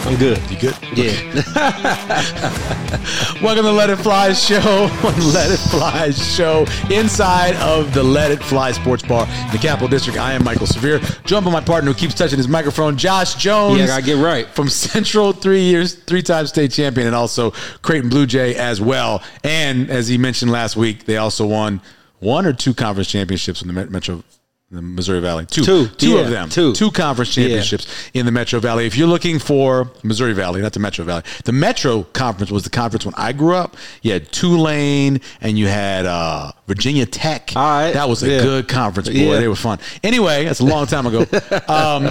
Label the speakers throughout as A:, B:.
A: I'm good.
B: You good?
A: Yeah.
B: Welcome to Let It Fly Show. Let It Fly Show inside of the Let It Fly Sports Bar in the Capital District. I am Michael Severe. Joined by my partner who keeps touching his microphone, Josh Jones.
A: Yeah, I gotta get right.
B: From Central, three years, three-time state champion, and also Creighton Blue Jay as well. And as he mentioned last week, they also won one or two conference championships in the Met- Metro. The Missouri Valley, two,
A: Two,
B: two of
A: yeah,
B: them,
A: two.
B: two conference championships in the Metro Valley. If you're looking for Missouri Valley, not the Metro Valley, the Metro Conference was the conference when I grew up. You had Tulane and you had uh, Virginia Tech.
A: All right.
B: That was a
A: Yeah.
B: good conference, boy.
A: Yeah.
B: They were fun. Anyway, that's a long time ago. um,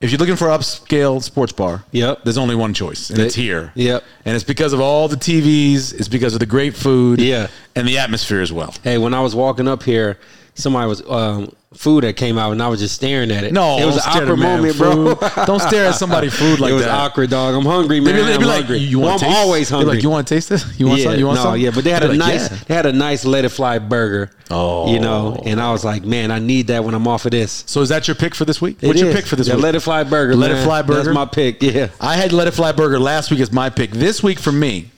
B: if you're looking for upscale sports bar,
A: Yep.
B: there's only one choice, and it's here.
A: Yep.
B: And it's because of all the TVs, it's because of the great food,
A: Yeah.
B: and the atmosphere as well.
A: Hey, when I was walking up here, somebody was um, food that came out, and I was just staring at it.
B: No,
A: it was an
B: don't stare at a
A: awkward
B: man
A: moment, bro.
B: food. Don't stare at somebody food like
A: it was
B: that.
A: awkward, dog. I'm hungry, man.
B: They'd be, they'd
A: I'm
B: be like,
A: hungry.
B: "You- you
A: well,
B: want
A: I'm
B: to taste?
A: always
B: They'd be
A: hungry.
B: Like, you want to taste this? You want
A: yeah,
B: some? You want
A: no,
B: some?
A: yeah, but they had
B: They're
A: a
B: like,
A: nice,
B: "Yeah."
A: they had a nice let it fly burger.
B: Oh.
A: you know, and I was like, man, I need that when I'm off of this.
B: So is that your pick for this week? What's
A: It
B: your
A: is.
B: pick for this
A: The
B: week?
A: Let it fly burger.
B: Let It
A: man.
B: Fly burger?
A: That's my pick. Yeah.
B: I had Let It Fly Burger last week as my pick. This week for me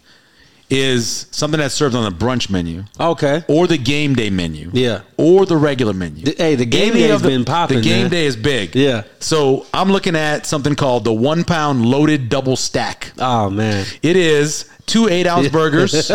B: is something that's served on the brunch menu
A: Okay.
B: or the game day menu.
A: Yeah.
B: Or the regular menu.
A: The- hey, the game
B: Any
A: day's
B: of the-
A: been popping,
B: The game
A: man.
B: day is big.
A: Yeah.
B: So I'm looking at something called the one pound loaded double stack.
A: Oh man.
B: It is two eight ounce burgers,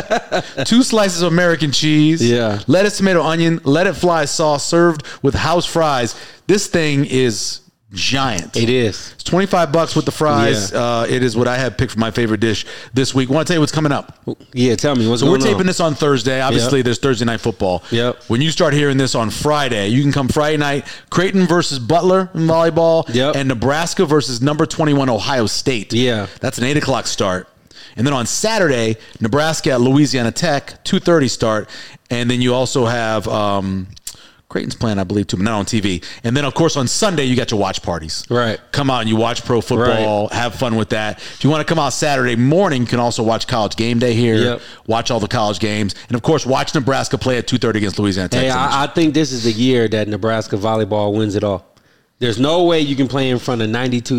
B: two slices of American cheese,
A: Yeah.
B: lettuce, tomato, onion, let it fly sauce served with house fries. This thing is giant.
A: It is.
B: It's 25 bucks with the fries.
A: Yeah.
B: Uh, it is what I had picked for my favorite dish this week. want to tell you what's coming up.
A: Yeah, tell me what's
B: So we're
A: going on.
B: taping this on Thursday. Obviously,
A: Yep.
B: there's Thursday night football.
A: Yep.
B: When you start hearing this on Friday, you can come Friday night. Creighton versus Butler in volleyball.
A: Yep.
B: And Nebraska versus number 21 Ohio State.
A: Yeah.
B: That's an eight o'clock start. And then on Saturday, Nebraska at Louisiana Tech, two thirty start. And then you also have um, Creighton's playing, I believe, too, but not on TV. And then of course on Sunday you got your watch parties.
A: Right.
B: Come out and you watch pro football, have fun with that. If you want to come out Saturday morning, you can also watch college game day here.
A: Yep.
B: Watch all the college games. And of course watch Nebraska play at two thirty against Louisiana Tech.
A: Hey, I, I think this is the year that Nebraska volleyball wins it all. There's no way you can play in front of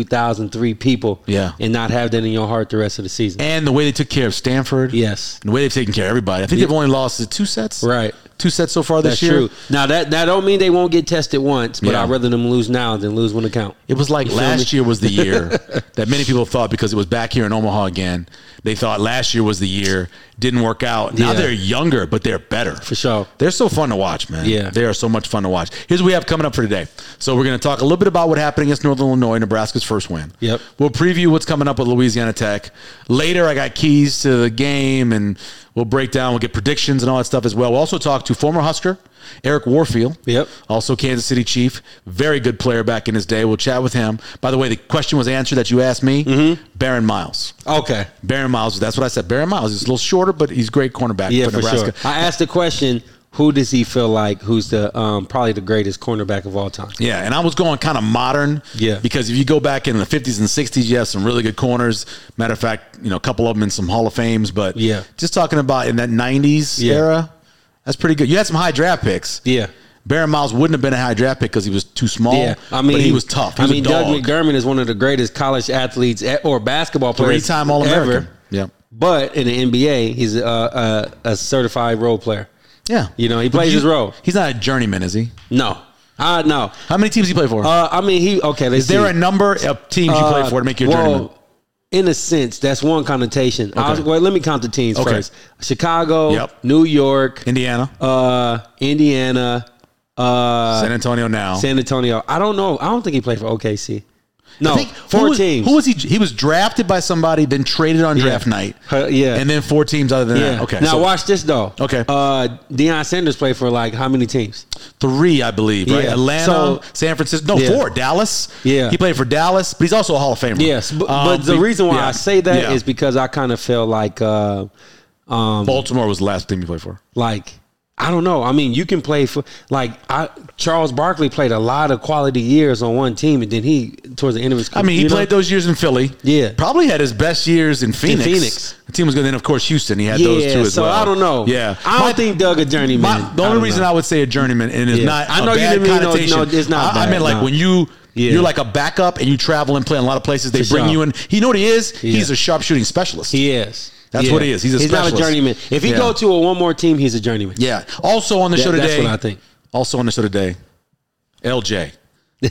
A: 92,003 people
B: Yeah.
A: and not have that in your heart the rest of the season.
B: and the way they took care of Stanford.
A: yes.
B: The way they've taken care of everybody. I think they've only lost is it two sets.
A: Right.
B: Two sets so far this
A: That's
B: year.
A: true. Now that that don't mean they won't get tested once, but
B: Yeah.
A: I'd rather them lose now than lose when it count.
B: It was like
A: You feel
B: last
A: me?
B: year was the year that many people thought because it was back here in Omaha again. They thought last year was the year, didn't work out. Now
A: Yeah.
B: they're younger, but they're better.
A: For sure.
B: They're so fun to watch, man.
A: Yeah.
B: They are so much fun to watch. Here's what we have coming up for today. So we're going to talk a little bit about what happened against Northern Illinois, Nebraska's first win.
A: Yep.
B: We'll preview what's coming up with Louisiana Tech. Later, I got keys to the game, and we'll break down, we'll get predictions and all that stuff as well. We'll also talk to former Husker, Eric Warfield.
A: Yep.
B: Also Kansas City Chief. Very good player back in his day. We'll chat with him. By the way, the question was answered that you asked me.
A: Mm-hmm.
B: Baron Miles.
A: Okay.
B: Baron Miles, that's what I said. Baron Miles is a little shorter, but he's a great cornerback
A: Yeah,
B: for
A: for,
B: Nebraska.
A: sure. I asked the question, who does he feel like who's the um, probably the greatest cornerback of all time?
B: Yeah, and I was going kind of modern.
A: Yeah.
B: Because if you go back in the 50s and 60s, you have some really good corners. Matter of fact, you know, a couple of them in some Hall of Fames. But
A: Yeah.
B: just talking about in that 90s
A: Yeah.
B: era, that's pretty good. You had some high draft picks.
A: Yeah.
B: Baron Miles wouldn't have been a high draft pick because he was too small.
A: Yeah, I mean
B: Oh, but he was tough. He
A: I
B: was
A: mean,
B: a dog.
A: Doug McDermott is one of the greatest college athletes e- or basketball players,
B: Three-time All-American.
A: ever.
B: Yeah.
A: but in the NBA, he's a, a, a certified role player.
B: yeah,
A: You know, he
B: But
A: plays
B: you-
A: his role.
B: He's not a journeyman, is he?
A: No, uh, no.
B: How many teams he play for?
A: Uh, I mean, he okay. Let's
B: is there
A: see.
B: a number of teams you play
A: Uh,
B: for to make you a
A: well,
B: journeyman?
A: In a sense, that's one connotation. I was- well, let me count the teams
B: Okay.
A: first: Chicago,
B: Yep.
A: New York,
B: Indiana,
A: uh, Indiana, uh,
B: San Antonio now.
A: San Antonio. I don't know. I don't think he played for OKC. No,
B: I think-
A: four
B: who was,
A: teams.
B: Who was he? He was drafted by somebody, then traded on draft night.
A: Uh, yeah.
B: and then four teams other than that.
A: Yeah.
B: Okay,
A: Now
B: so
A: watch this though.
B: Okay.
A: Uh, Deion Sanders played for like how many teams?
B: three, I believe, right?
A: Yeah.
B: Atlanta,
A: So-
B: San Francisco. No,
A: Yeah.
B: four. Dallas.
A: Yeah.
B: he played for Dallas, but he's also a Hall of Famer.
A: Yes. But,
B: Um,
A: but the
B: be-
A: reason why
B: yeah.
A: I say that is
B: Yeah.
A: because I kind of feel like, uh, um,
B: Baltimore was the last team he played for.
A: like I don't know. I mean, you can play for like I, Charles Barkley played a lot of quality years on one team, and then he towards the end of his
B: I
A: career.
B: mean, he
A: you know?
B: played those years in Philly.
A: Yeah.
B: probably had his best years in Phoenix.
A: Phoenix.
B: the team was good. Then, of course, Houston. He had
A: Yeah,
B: those two as
A: so
B: well.
A: I don't know.
B: Yeah,
A: I don't
B: My-
A: think Doug a journeyman.
B: My, the only
A: don't
B: reason
A: know.
B: I would say a journeyman and it's
A: Yeah.
B: not
A: I
B: I
A: know
B: know
A: you
B: bad
A: didn't mean no-
B: connotation.
A: no, it's not
B: I, I
A: bad,
B: mean, like
A: no.
B: when you
A: Yeah.
B: you're like a backup and you travel and play on a lot of places, they
A: For
B: bring
A: sure.
B: you in. You know what he is? He's
A: Yeah.
B: a sharpshooting specialist.
A: he is.
B: That's
A: Yeah.
B: what he is. He's a
A: he's not a
B: specialist.
A: journeyman. If he
B: Yeah.
A: go to a one more team, he's a journeyman.
B: yeah. Also on the
A: That-
B: show
A: that's
B: today,
A: what I think.
B: Also on the show today, LJ.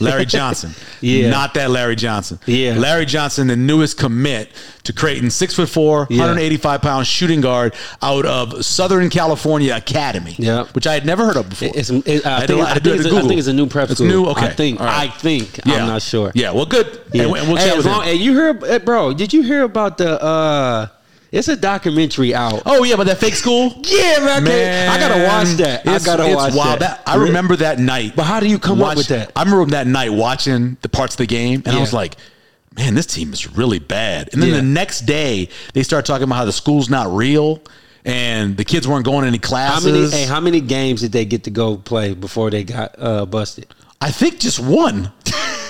B: Larry Johnson,
A: Yeah.
B: not that Larry Johnson.
A: Yeah.
B: Larry Johnson, the newest commit to Creighton, six foot four,
A: Yeah.
B: 185 pound shooting guard out of Southern California Academy,
A: Yeah.
B: which I had never heard of before.
A: It's, it, I,
B: had
A: think,
B: to- had to do
A: I think
B: it
A: it's
B: to
A: a, I
B: Google.
A: think it's a new prep
B: It's
A: school.
B: new? Okay.
A: I think.
B: All right.
A: I think. I'm not sure.
B: Yeah, well, good.
A: Yeah.
B: And we- and we'll
A: Hey,
B: chat
A: as
B: with
A: long-
B: him.
A: and you hear, eh, bro? Did you hear about the? uh It's a documentary out.
B: Oh yeah, but that fake school.
A: Yeah, man. I can't- I gotta watch that. I
B: It's-
A: gotta
B: it's
A: watch
B: wild.
A: that.
B: I remember that night.
A: But how do you come up with
B: watching-
A: that?
B: I remember that night watching the parts of the game, and I
A: Yeah.
B: was like, "Man, this team is really bad." And then
A: Yeah.
B: the next day, they start talking about how the school's not real, and the kids weren't going to any
A: How many?
B: classes.
A: Hey, how many games did they get to go play before they got uh, busted?
B: I think just one.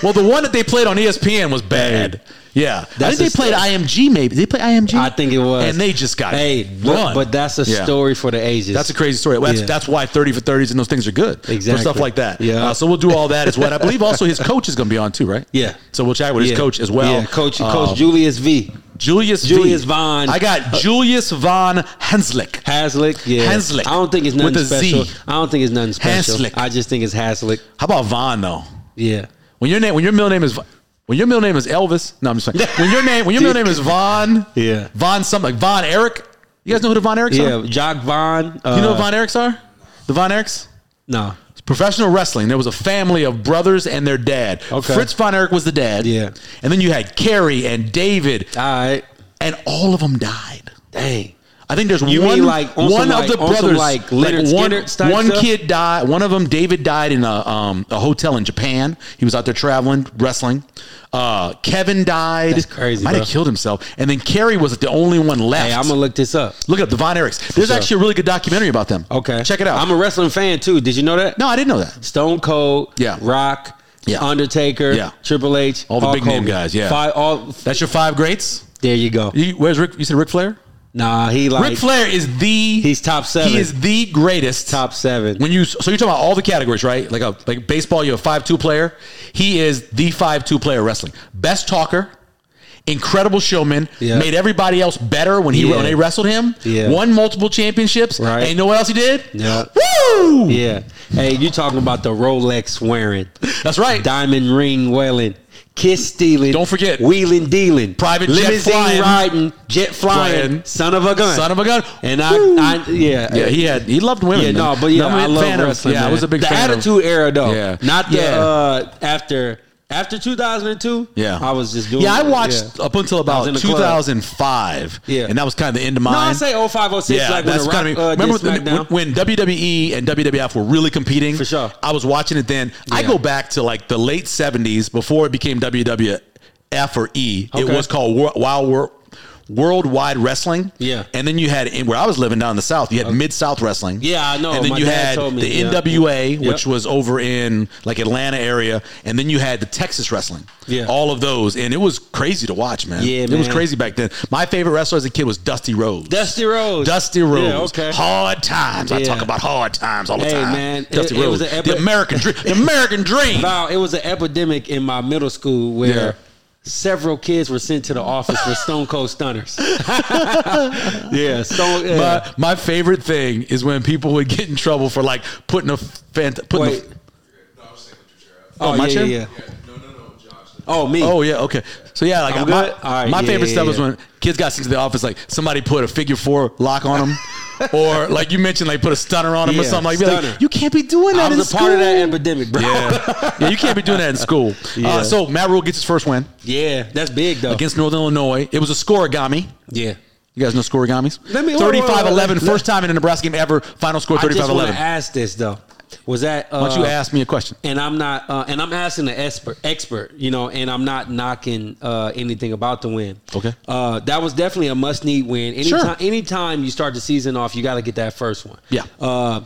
B: well, the one that they played on E ESPN was bad. Yeah, I think
A: That's
B: they
A: a-
B: played IMG. Maybe Did they play IMG.
A: I think it was,
B: and they just got
A: hey,
B: run.
A: but, but that's a
B: Yeah.
A: story for the ages.
B: That's a crazy story. That's,
A: Yeah.
B: that's why 30 for 30s and those things are good. for
A: Exactly.
B: stuff like that.
A: Yeah.
B: Uh, so we'll do all that as well. I believe also his coach is going to be on too, right?
A: Yeah.
B: So we'll chat with
A: Yeah.
B: his coach as well.
A: Yeah, coach,
B: Uh,
A: coach Julius V.
B: Julius V.
A: Julius Uh, Von-
B: I got Julius Von Henslick.
A: Haslick, yeah.
B: Hanslick.
A: I don't think it's nothing
B: With a Z.
A: special. I don't think it's nothing special.
B: Hanslick.
A: I just think it's Haslick.
B: How about Von though?
A: Yeah.
B: When your name, when your middle name is. Von- When your middle name is Elvis, no, I'm just saying. When your name, when your middle name is Von,
A: Yeah.
B: Von something like Von Eric. You guys know who the Von Erics
A: Yeah.
B: are?
A: Jock Vaughn. Uh,
B: You know who Von Erics are? The Von Erics.
A: No.
B: professional wrestling. There was a family of brothers and their dad.
A: Okay.
B: Fritz von Erich was the dad.
A: Yeah.
B: And then you had Kerry and David,
A: All right.
B: and all of them died.
A: Dang.
B: I think there's
A: You mean
B: one
A: like on
B: one
A: some
B: of
A: like-
B: the
A: on some
B: brothers
A: like Leonard
B: one,
A: Skinner type
B: one
A: stuff?
B: kid died. One of them, David, died in a um, a hotel in Japan. He was out there traveling wrestling. Uh, Kevin died.
A: That's crazy,
B: Might
A: bro.
B: have killed himself. And then Kerry was the only one left.
A: Hey, I'm gonna look this up.
B: Look it up the Von Erichs. There's
A: sure.
B: actually a really good documentary about them.
A: Okay.
B: check it out.
A: I'm a wrestling fan too. Did you know that?
B: no, I didn't know that.
A: Stone Cold,
B: Yeah.
A: Rock,
B: Yeah.
A: Undertaker,
B: Yeah.
A: Triple H,
B: All the
A: Hulk
B: big name
A: Hogan.
B: guys, yeah.
A: Five, all,
B: That's your five greats.
A: there you go.
B: You, where's Rick? You said Rick Flair.
A: Nah, he like
B: Ric Flair is the
A: He's top seven.
B: He is the greatest
A: top seven.
B: When you so you're talking about all the categories, right? Like a like baseball, you're a five two player. He is the five two player wrestling. Best talker, incredible showman,
A: Yeah.
B: made everybody else better when he
A: Yeah.
B: when they wrestled him.
A: Yeah.
B: Won multiple championships.
A: Right.
B: And you know what else he did?
A: Yeah.
B: Woo!
A: Yeah. Hey, you talking about the Rolex wearing,
B: That's right.
A: diamond ring wearing, kiss stealing.
B: Don't forget.
A: wheeling dealing,
B: Private jet
A: limousine
B: flying.
A: riding, jet flying,
B: Flying.
A: son of a gun,
B: Son of a gun.
A: And
B: Woo!
A: I, I yeah,
B: yeah, he had he loved women.
A: Yeah, no,
B: man.
A: but yeah,
B: I'm a
A: I love
B: fan of-
A: wrestling.
B: yeah, I
A: man.
B: was a big
A: the
B: fan of-
A: Attitude Era though.
B: Yeah.
A: Not the
B: Yeah.
A: uh, after after 2002.
B: Yeah,
A: I was just doing.
B: Yeah, I
A: it.
B: watched
A: Yeah.
B: up until
A: I was
B: about
A: in the club.
B: 2005.
A: Yeah.
B: and that was kind of the end of
A: No,
B: mine.
A: I say 0506 like when the Rock
B: kinda me.
A: uh,
B: remember
A: did
B: when,
A: SmackDown.
B: when, when WWE and WWF were really competing.
A: For sure.
B: I was watching it then. I
A: Yeah.
B: go back to like the late '70s before it became WWF or E. It
A: Okay.
B: was called Wor- Wild World. Worldwide wrestling,
A: Yeah.
B: and then you had in- where I was living down in the south. You had Mid South wrestling,
A: Yeah, I know.
B: and then
A: Oh, My
B: you
A: dad
B: had
A: told me,
B: the
A: yeah.
B: NWA,
A: Yep.
B: which was over in like Atlanta area, and then you had the Texas wrestling.
A: Yeah.
B: all of those, and it was crazy to watch, man.
A: Yeah,
B: it was
A: man.
B: crazy back then. My favorite wrestler as a kid was Dusty Rhodes.
A: Dusty Rhodes.
B: Dusty Rhodes.
A: Yeah, okay.
B: Hard times. I
A: Yeah.
B: talk about hard times all the
A: Hey,
B: time.
A: man, it-
B: Dusty
A: it
B: Rhodes.
A: was an
B: the
A: epi-
B: American dream. The American dream.
A: Wow, it was an epidemic in my middle school where
B: Yeah.
A: several kids were sent to the office for Stone Cold Stunners. yeah, Stone. Yeah.
B: My, my favorite thing is when people would get in trouble for like putting a fant- putting
A: Wait.
B: a,
C: No, I was saying what you said.
A: oh,
B: my
A: yeah,
B: turn?
A: yeah, yeah.
C: Yeah, no, no, no, Josh.
A: Oh, me.
B: Oh yeah, okay. So yeah, like
A: I'm
B: my,
A: good? All right,
B: my
A: yeah,
B: favorite
A: yeah,
B: stuff was
A: yeah.
B: when kids got sent to the office, like somebody put a figure four lock on them, or like you mentioned, like put a stunner on them or
A: Yeah,
B: something like that.
A: stunner.
B: Like, you can't be doing that
A: I
B: in
A: was a
B: school.
A: part of that epidemic, bro. Yeah,
B: yeah. yeah, you can't be doing that in school.
A: Yeah.
B: Uh, so Matt Rule gets his first win
A: that's big though.
B: against Northern Illinois. It was a scoregami.
A: yeah.
B: You guys know scoregamis?
A: Let me-
B: 35 11,
A: whoa, whoa, whoa.
B: first time in a Nebraska game ever, final score
A: I
B: 35
A: just want
B: 11.
A: to ask this though. Was that? Uh,
B: Why don't you ask me a question?
A: and I'm not, uh, and I'm asking the expert, expert, you know, and I'm not knocking uh, anything about the win.
B: Okay.
A: uh, that was definitely a must need win. Anytime,
B: Sure.
A: anytime you start the season off, you got to get that first one.
B: Yeah.
A: uh,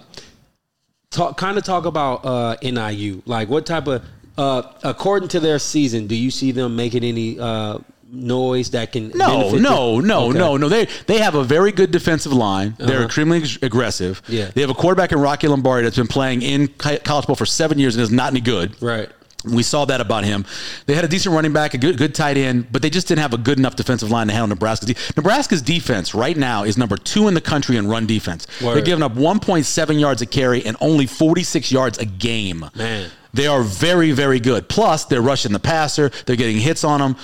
A: talk kind of talk about uh, NIU. Like what type of uh, according to their season, do you see them making any uh, noise that can
B: No,
A: benefit
B: no,
A: them?
B: no,
A: Okay.
B: no, no. They they have a very good defensive line. They're
A: Uh-huh.
B: extremely ex- aggressive.
A: Yeah.
B: They have a quarterback in Rocky Lombardi that's been playing in co- college ball for seven years and is not any good.
A: Right.
B: We saw that about him. They had a decent running back, a good good tight end, but they just didn't have a good enough defensive line to handle Nebraska's. De- Nebraska's defense right now is number two in the country in run defense. They're
A: Word.
B: giving up 1.7 yards a carry and only 46 yards a game.
A: Man.
B: They are very, very good. Plus, they're rushing the passer. They're getting hits on them.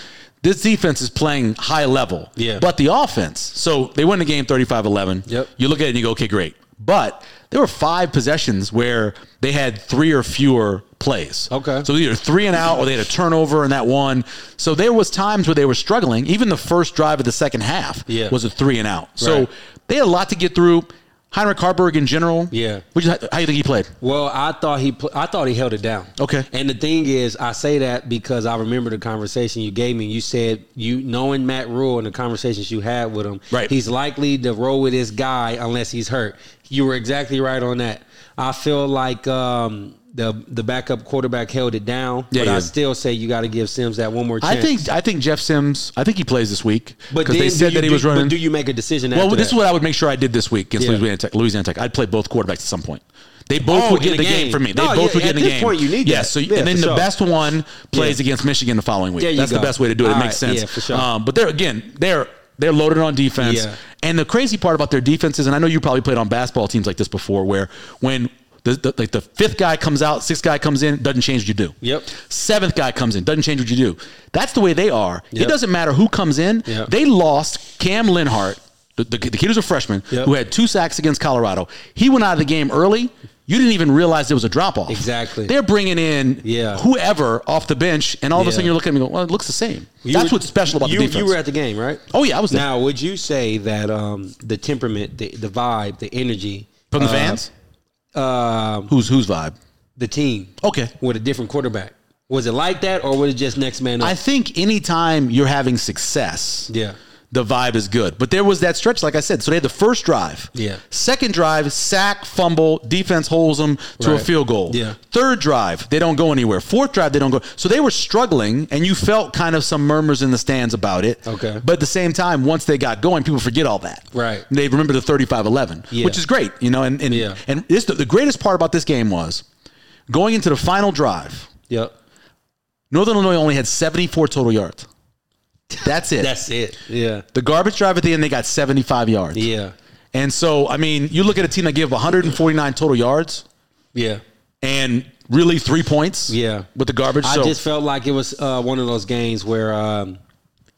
B: This defense is playing high level.
A: Yeah.
B: But the offense, so they win the game 35 11.
A: Yep.
B: You look at it and you go, okay, great. But there were five possessions where they had three or fewer plays.
A: Okay.
B: So either three and out or they had a turnover in that one. So there was times where they were struggling. Even the first drive of the second half
A: Yeah.
B: was a three and out. So
A: Right.
B: they had a lot to get through. Heinrich Harburg in general.
A: Yeah.
B: Which is, how you think he played?
A: Well, I thought he pl- I thought he held it down.
B: Okay.
A: And the thing is, I say that because I remember the conversation you gave me. You said you knowing Matt Rule and the conversations you had with him,
B: Right.
A: He's likely to roll with this guy unless he's hurt. You were exactly right on that. I feel like um, the the backup quarterback held it down,
B: Yeah,
A: but
B: yeah.
A: I still say you got to give Sims that one more chance.
B: I think I think Jeff Sims. I think he plays this week
A: but
B: because they
A: then
B: said
A: do you
B: that he
A: do-
B: was running.
A: But do you make a decision?
B: well,
A: after
B: this is
A: that?
B: what I would make sure I did this week against
A: Yeah.
B: Louisiana Tech. Louisiana Tech. I'd play both quarterbacks at some point. They both
A: Oh,
B: would get
A: in
B: the
A: the
B: game.
A: game.
B: for me. They
A: No,
B: both
A: yeah,
B: would get
A: at
B: in the
A: this
B: game.
A: point, you need
B: yeah,
A: that.
B: So
A: Yeah,
B: and then
A: for
B: the
A: sure.
B: best one plays
A: Yeah.
B: against Michigan the following week.
A: There you
B: That's the
A: go.
B: best way to do it. It
A: All
B: makes
A: right,
B: sense.
A: yeah, for sure.
B: Um, but they're again they're. They're loaded on defense.
A: Yeah.
B: And the crazy part about their defenses, and I know you probably played on basketball teams like this before, where when the, the, like the fifth guy comes out, sixth guy comes in, doesn't change what you do.
A: Yep.
B: Seventh guy comes in, doesn't change what you do. That's the way they are. It
A: Yep.
B: doesn't matter who comes in.
A: Yep.
B: They lost Cam Linhart, the, the, the kid who's a freshman
A: Yep.
B: who had two sacks against Colorado. He went out of the game early. You didn't even realize there was a drop off.
A: Exactly.
B: They're bringing in
A: Yeah.
B: whoever off the bench, and all of a
A: Yeah.
B: sudden you're looking at me going, well, it looks the same.
A: You
B: That's
A: were-
B: what's special about
A: you,
B: the defense.
A: You were at the game, right?
B: Oh, yeah, I was there.
A: Now, would you say that um, the temperament, the, the vibe, the energy
B: From the
A: uh,
B: fans?
A: um,
B: Who's whose vibe?
A: the team,
B: Okay.
A: with a different quarterback, was it like that, or was it just next man up?
B: I think anytime you're having success,
A: yeah,
B: the vibe is good. But there was that stretch, like I said. So they had the first drive.
A: Yeah.
B: Second drive, sack, fumble, defense holds them to a
A: Right.
B: field goal.
A: Yeah.
B: Third drive, they don't go anywhere. Fourth drive, they don't go. So they were struggling, and you felt kind of some murmurs in the stands about it.
A: Okay.
B: But at the same time, once they got going, people forget all that.
A: Right.
B: They remember the 35 11,
A: Yeah.
B: which is great, you know. And, and,
A: Yeah.
B: and this, the greatest part about this game was going into the final drive,
A: yep.
B: Northern Illinois only had 74 total yards. That's it.
A: That's it. Yeah,
B: The garbage drive at the end, they got 75 yards.
A: yeah,
B: And so, I mean, you look at a team that gave 149 total yards
A: yeah.
B: and really three points.
A: Yeah.
B: With the garbage.
A: I
B: so,
A: just felt like it was uh, one of those games where um,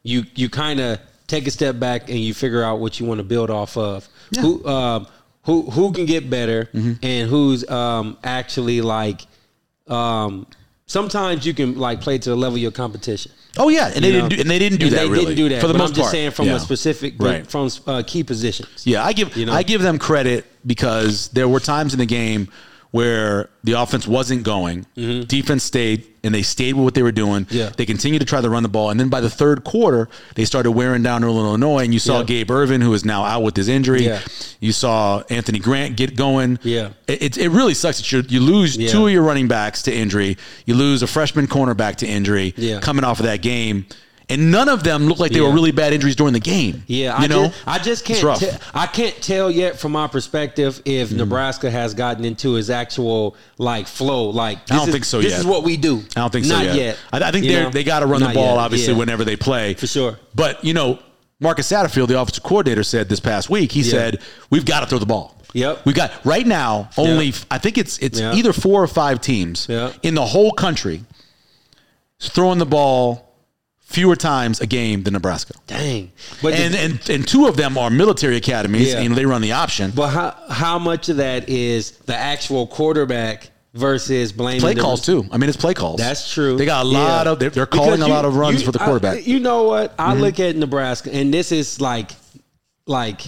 A: you you kind of take a step back and you figure out what you want to build off of.
B: Yeah. Mm-hmm.
A: Who um, who who can get better and who's um, actually like. Um, sometimes you can like play to the level of your competition.
B: oh yeah, and they
A: you
B: didn't
A: know?
B: do, and they didn't do
A: And
B: that
A: They
B: really
A: didn't do that.
B: for the
A: but
B: most
A: I'm just
B: part.
A: saying from
B: Yeah.
A: a specific
B: Right.
A: from uh, key positions.
B: Yeah, I give
A: You know?
B: I give them credit because there were times in the game where the offense wasn't going, defense stayed, and they stayed with what they were doing.
A: Mm-hmm. Yeah.
B: They continued to try to run the ball, and then by the third quarter, they started wearing down Northern Illinois. And you saw
A: Yeah.
B: Gabe Irvin, who is now out with his injury.
A: Yeah.
B: You saw Anthony Grant get going.
A: Yeah.
B: it, it, it really sucks that you you lose
A: Yeah.
B: two of your running backs to injury. You lose a freshman cornerback to injury.
A: Yeah.
B: coming off of that game. And none of them looked like they were
A: Yeah.
B: really bad injuries during the game.
A: Yeah,
B: you
A: I
B: know,
A: just, I just
B: It's
A: can't.
B: rough. Mm-hmm.
A: Te- I can't tell yet from my perspective if Nebraska has gotten into his actual like flow. Like
B: I don't
A: this is-
B: think so
A: This
B: yet.
A: is what we do.
B: I don't think so
A: Not
B: yet. I, I think
A: You
B: they
A: know?
B: they got to run the
A: Not
B: ball
A: yet.
B: obviously
A: Yeah.
B: whenever they play
A: For sure.
B: But you know, Marcus Satterfield, the offensive coordinator, said this past week. He
A: Yeah.
B: said we've got to throw the ball.
A: Yep.
B: we got right now only f- I think it's it's
A: Yeah.
B: either four or five teams
A: Yeah.
B: in the whole country throwing the ball fewer times a game than Nebraska.
A: Dang, but
B: And,
A: and,
B: and and two of them are military academies,
A: Yeah.
B: and they run the option.
A: but how how much of that is the actual quarterback versus blaming
B: play
A: the-
B: calls too. I mean, it's play calls.
A: That's true.
B: They got a lot
A: Yeah.
B: of. They're, they're calling
A: Because
B: a
A: you-
B: lot of runs
A: you-
B: for the
A: I-
B: quarterback. Mm-hmm.
A: you know what? I look at Nebraska, and this is like, like,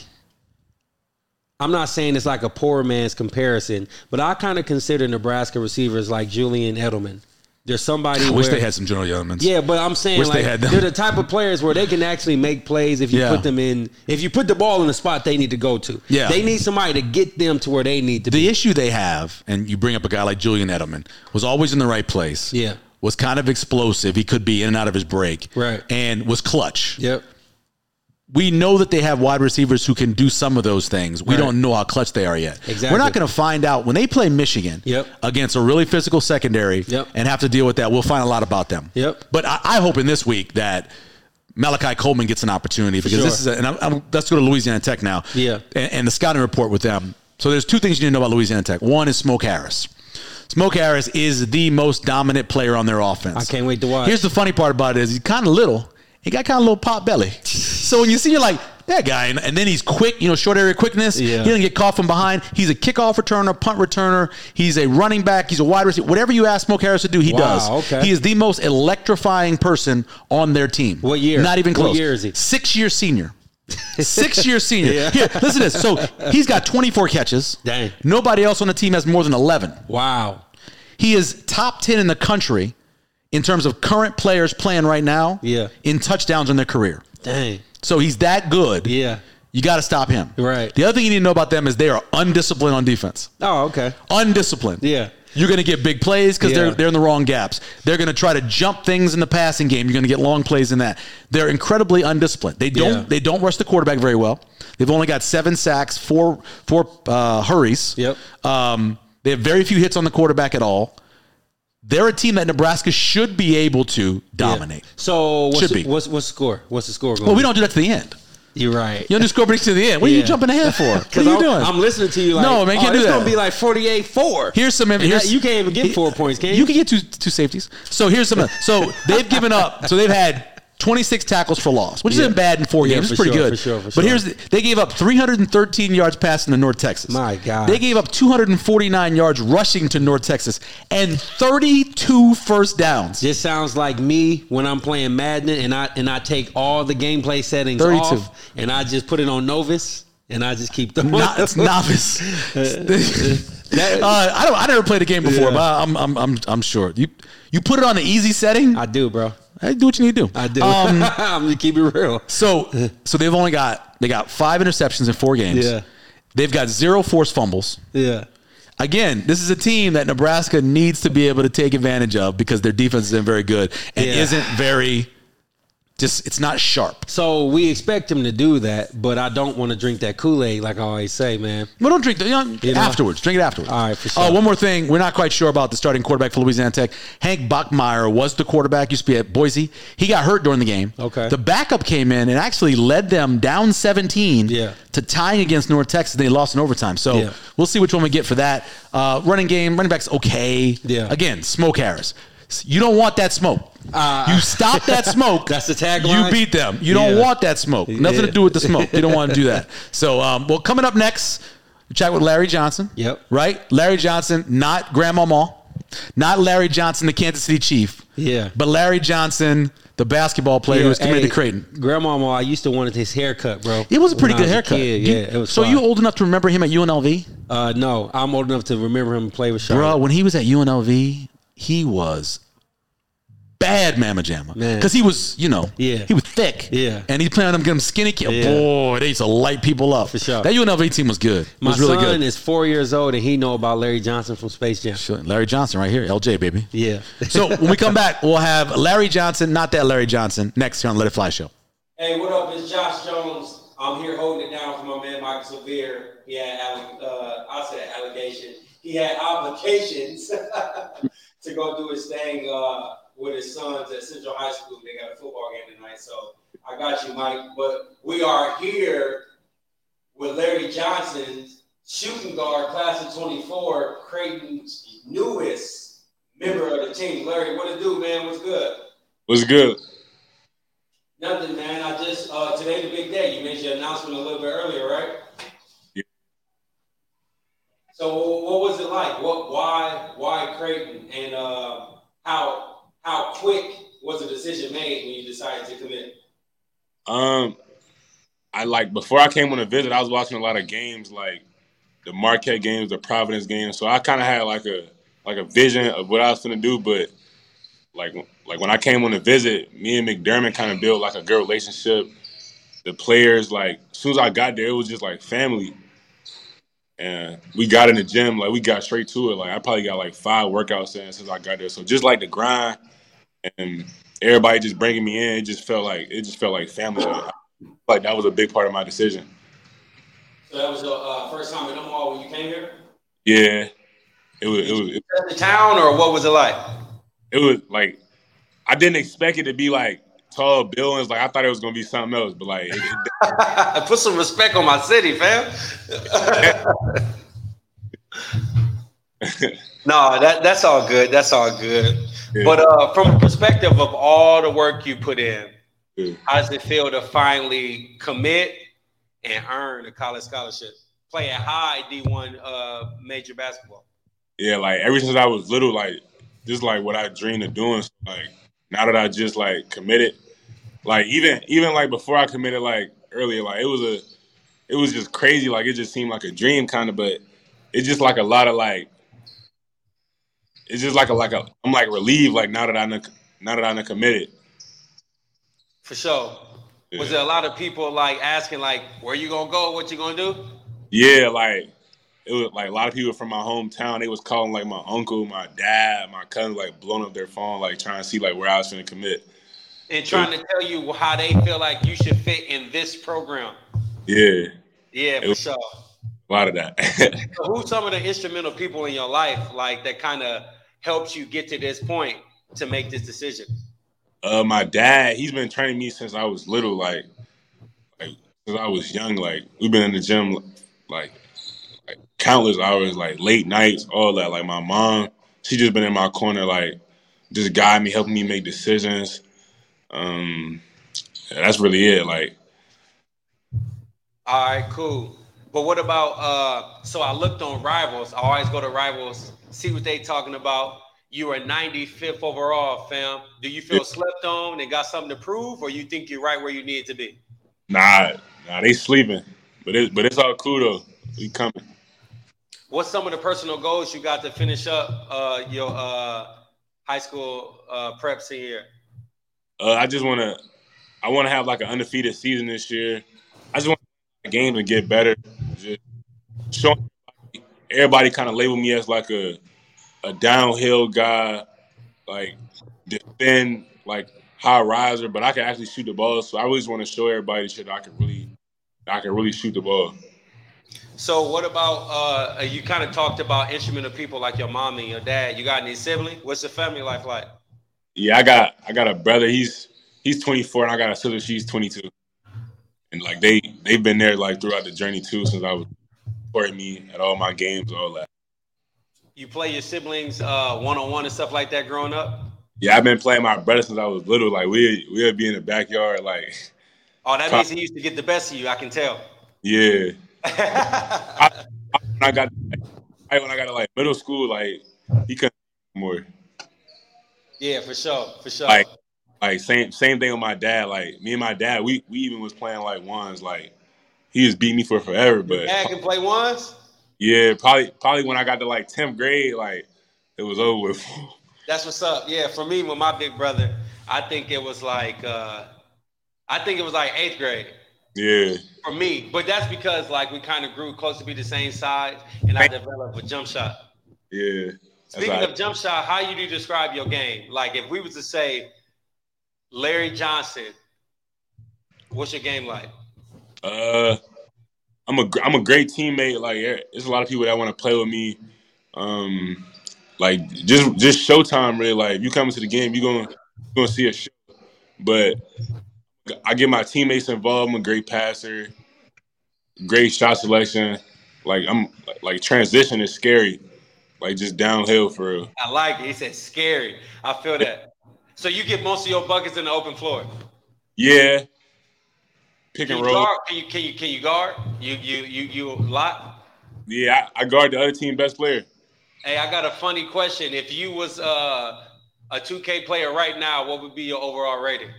A: I'm not saying it's like a poor man's comparison, but I kind of consider Nebraska receivers like Julian Edelman. there's somebody.
B: I wish
A: where-
B: they had some general elements.
A: Yeah, but I'm saying
B: Wish they
A: like
B: had
A: they
B: them.
A: are the type of players where they can actually make plays if you
B: Yeah.
A: put them in. If you put the ball in the spot they need to go to.
B: Yeah.
A: they need somebody to get them to where they need to be.
B: the issue they have, and you bring up a guy like Julian Edelman, was always in the right place.
A: Yeah.
B: Was kind of explosive. He could be in and out of his break.
A: Right.
B: And was clutch.
A: Yep.
B: We know that they have wide receivers who can do some of those things. We
A: Right.
B: don't know how clutch they are yet.
A: Exactly.
B: We're not going to find out when they play Michigan
A: Yep.
B: against a really physical secondary
A: Yep.
B: and have to deal with that. We'll find a lot about them.
A: Yep.
B: But I, I hope in this week that Malachi Coleman gets an opportunity because this is,
A: sure.
B: a, and I'm, I'm, let's go to Louisiana Tech now.
A: Yeah.
B: And, and the scouting report with them. So there's two things you need to know about Louisiana Tech. One is Smoke Harris. Smoke Harris is the most dominant player on their offense.
A: I can't wait to watch.
B: Here's the funny part about it is he's kind of little. He got kind of little pop belly. So when you see, you're like that guy, and, and then he's quick. You know, short area quickness.
A: Yeah.
B: He doesn't get caught from behind. He's a kickoff returner, punt returner. He's a running back. He's a wide receiver. Whatever you ask Smoke Harris to do, he
A: Wow,
B: does.
A: okay.
B: He is the most electrifying person on their team.
A: What year?
B: Not even
A: What
B: close.
A: year is he?
B: Six year senior. Six year senior.
A: Yeah.
B: Here, listen to this. So he's got 24 catches.
A: Dang.
B: Nobody else on the team has more than 11.
A: Wow.
B: He is top 10 in the country in terms of current players playing right now
A: Yeah.
B: in touchdowns in their career.
A: Dang.
B: So he's that good.
A: Yeah.
B: You got to stop him.
A: Right.
B: The other thing you need to know about them is they are undisciplined on defense.
A: Oh, okay.
B: Undisciplined.
A: Yeah.
B: You're going to get big plays because
A: Yeah.
B: they're, they're in the wrong gaps. They're going to try to jump things in the passing game. You're going to get long plays in that. They're incredibly undisciplined. They don't
A: Yeah.
B: they don't rush the quarterback very well. They've only got seven sacks, four four uh, hurries.
A: Yep.
B: Um, they have very few hits on the quarterback at all. They're a team that Nebraska should be able to dominate.
A: Yeah. So what's,
B: Should be.
A: what's what's the score? What's the score going?
B: Well, we don't do that to the end.
A: You're right.
B: You don't do score prediction to the end. What are
A: Yeah.
B: you jumping ahead for? What are
A: Because
B: you
A: I'm,
B: doing?
A: I'm listening to you. Like,
B: No, man,
A: oh,
B: can't do
A: it's
B: that.
A: gonna be like 48 four.
B: Here's some.
A: And
B: Here's,
A: that- you can't even get four points, can you?
B: You can get two two safeties. So here's some. So they've given up. So they've had 26 tackles for loss, which
A: Yeah.
B: isn't bad in four
A: Yeah,
B: games.
A: for
B: It's pretty
A: sure,
B: good.
A: for sure, for sure.
B: But here's the, they gave up 313 yards passing to North Texas.
A: My God.
B: They gave up 249 yards rushing to North Texas and 32 first downs.
A: This sounds like me when I'm playing Madden and I and I take all the gameplay settings
B: 32.
A: off and I just put it on novice and I just keep the
B: Not, it's novice.
A: Uh, That-
B: Uh, I don't. I never played a game before,
A: Yeah.
B: but I'm, I'm, I'm, I'm sure you. You put it on the easy setting.
A: I do, bro.
B: Hey, do what you need to do.
A: I do.
B: Um,
A: I'm gonna keep it real.
B: So so they've only got they got five interceptions in four games.
A: Yeah.
B: They've got zero forced fumbles.
A: Yeah.
B: Again, this is a team that Nebraska needs to be able to take advantage of because their defense isn't very good and
A: Yeah.
B: isn't very just it's not sharp.
A: So we expect him to do that, but I don't want to drink that Kool Aid like I always say, man.
B: Well, don't drink the, you know,
A: You know?
B: afterwards. Drink it afterwards.
A: All right, for
B: Oh,
A: sure.
B: one more thing. We're not quite sure about the starting quarterback for Louisiana Tech. Hank Bachmeyer was the quarterback. Used to be at Boise. He got hurt during the game.
A: Okay.
B: The backup came in and actually led them down 17
A: Yeah.
B: to tying against North Texas. They lost in overtime. So
A: Yeah.
B: we'll see which one we get for that. Uh, running game, running backs okay.
A: Yeah.
B: Again, smoke Harris. You don't want that smoke.
A: Uh,
B: you stop that smoke.
A: That's the tagline?
B: You beat them. You don't
A: Yeah.
B: want that smoke. Nothing
A: Yeah.
B: to do with the smoke. You don't want to do that. So, um, well, coming up next, we chat with Larry Johnson.
A: Yep.
B: Right? Larry Johnson, not Grandmama, not Larry Johnson, the Kansas City Chief.
A: Yeah.
B: But Larry Johnson, the basketball player who was committed to Creighton.
A: Grandmama, I used to wanted his haircut, bro.
B: It was a pretty
A: When I
B: good
A: a
B: haircut.
A: kid,
B: You-
A: yeah, it was.
B: so
A: fly.
B: you old enough to remember him at UNLV?
A: Uh, no, I'm old enough to remember him play with
B: Bro,
A: Charlotte.
B: when he was at UNLV, he was bad mama jamma.
A: Man.
B: Because he was, you know,
A: Yeah.
B: he was thick.
A: Yeah.
B: And he planned on getting him skinny. kid.
A: Yeah.
B: Boy, they used to light people up. For
A: sure.
B: That UNLV team was good. It
A: My
B: was really
A: son
B: good.
A: is four years old and he know about Larry Johnson from Space Jam.
B: Larry Johnson right here. LJ, baby.
A: Yeah.
B: So when we come back, we'll have Larry Johnson, not that Larry Johnson, next here on Let It Fly Show.
D: Hey, what up? It's Josh Jones. I'm here holding it down for my man Michael Severe. He had, alle- uh, I said allegation. He had obligations to go do his thing uh, with his sons at Central High School. They got a football game tonight, so I got you, Mike. But we are here with Larry Johnson, shooting guard, class of 24, Creighton's newest member of the team. Larry, what it do, man? What's good?
E: What's good?
D: Nothing, man. I just uh, today the big day. You made your announcement a little bit earlier, right?
E: Yeah.
D: So what was it like? What, why, why Creighton, and uh, how how quick was the decision made when you decided to commit?
E: Um, I like before I came on a visit, I was watching a lot of games, like the Marquette games, the Providence games. So I kind of had like a like a vision of what I was gonna do, but like like when I came on a visit, me and McDermott kind of built like a good relationship. The players, like as soon as I got there, it was just like family. And we got in the gym, like we got straight to it. Like I probably got like five workouts in since I got there. So just like the grind and everybody just bringing me in, it just felt like it just felt like family. Like, like that was a big part of my decision.
A: So that was your uh, first time in Omaha when you came here?
E: Yeah, it was it was it
A: The town, or what was it like?
E: it was like I didn't expect it to be like tall buildings. Like I thought it was gonna be something else, but like it, it,
A: Put some respect on my city, fam. no, that that's all good. That's all good.
E: Yeah.
A: But uh, from the perspective of all the work you put in,
E: Yeah.
A: how does it feel to finally commit and earn a college scholarship, play at high D one uh, major basketball?
E: yeah, like ever since I was little, like this is like what I dreamed of doing. So, like now that I just like committed, like even even like before I committed, like earlier, like it was a it was just crazy. Like it just seemed like a dream kind of, but it's just like a lot of like it's just like a like a I'm like relieved like now that I done- now that I done committed.
A: For sure. Was there a lot of people like asking like, where you gonna go? What you gonna do?
E: Yeah, like it was like a lot of people from my hometown. They was calling like my uncle, my dad, my cousin, like blowing up their phone, like trying to see like where I was gonna commit.
A: and trying to tell you how they feel like you should fit in this program.
E: Yeah,
A: Yeah, for sure.
E: a lot of that.
A: So who's some of the instrumental people in your life like that kind of helps you get to this point to make this decision?
E: uh, my dad, he's been training me since I was little, like like since I was young. Like we've been in the gym like like countless hours, like late nights, all that. Like my mom, she just been in my corner, like just guiding me, helping me make decisions. Um, yeah, that's really it. Like
A: All right, cool. But what about uh so I looked on rivals. I always go to rivals, see what they talking about. You were 95th overall, fam. Do you feel
E: Yeah.
A: slept on and got something to prove, or you think you're right where you need to be?
E: Nah, nah, they sleeping, but it, but it's all cool though. We coming.
A: What's some of the personal goals you got to finish up uh, your uh, high school uh, prep senior? year?
E: Uh, I just wanna, I wanna have like an undefeated season this year. I just want the game to get better. Just showing everybody kind of labeled me as like a a downhill guy, like defend like high riser, but I can actually shoot the ball. So I always want to show everybody shit that I can really, I can really shoot the ball.
A: So what about uh, you? Kind of talked about instrumental people like your mom and your dad. You got any sibling? What's the family life like?
E: Yeah, I got I got a brother. He's he's 24, and I got a sister. She's 22, and like they they've been there like throughout the journey too since I was supporting me at all my games, all that.
A: You play your siblings one on one and stuff like that growing up.
E: Yeah, I've been playing my brother since I was little. Like we we'll be in the backyard, like
A: Oh, that means he used to get the best of you. I can tell.
E: yeah. When I got like, when I got to like middle school, like he couldn't more.
A: yeah, for sure, for sure.
E: Like like same same thing with my dad. Like me and my dad, we we even was playing like ones. Like he just beat me for forever, but.
A: dad can play ones.
E: Yeah, probably probably when I got to like tenth grade, like it was over with.
A: That's what's up. Yeah, for me with my big brother, I think it was like uh, I think it was like eighth grade.
E: yeah,
A: for me, but that's because like we kind of grew close to be the same size, and I developed a jump shot.
E: yeah. That's
A: Speaking
E: all
A: of
E: right.
A: jump shot, how you do describe your game? Like if we was to say Larry Johnson, what's your game like?
E: Uh, I'm a gr- I'm a great teammate. Like yeah, there's a lot of people that want to play with me. Um, like just just showtime really. Like if you coming to the game, you gonna you gonna see a show. But I get my teammates involved. I'm a great passer, great shot selection. Like I'm like transition is scary. Like just downhill for real.
A: I like it. He said scary. I feel that. So you get most of your buckets in the open floor.
E: Yeah. Pick
A: Can
E: and
A: you
E: roll.
A: guard? Can you can you can you guard? You you you you lock.
E: Yeah, I, I guard the other team best player.
A: Hey, I got a funny question. If you was uh, a 2K player right now, what would be your overall rating?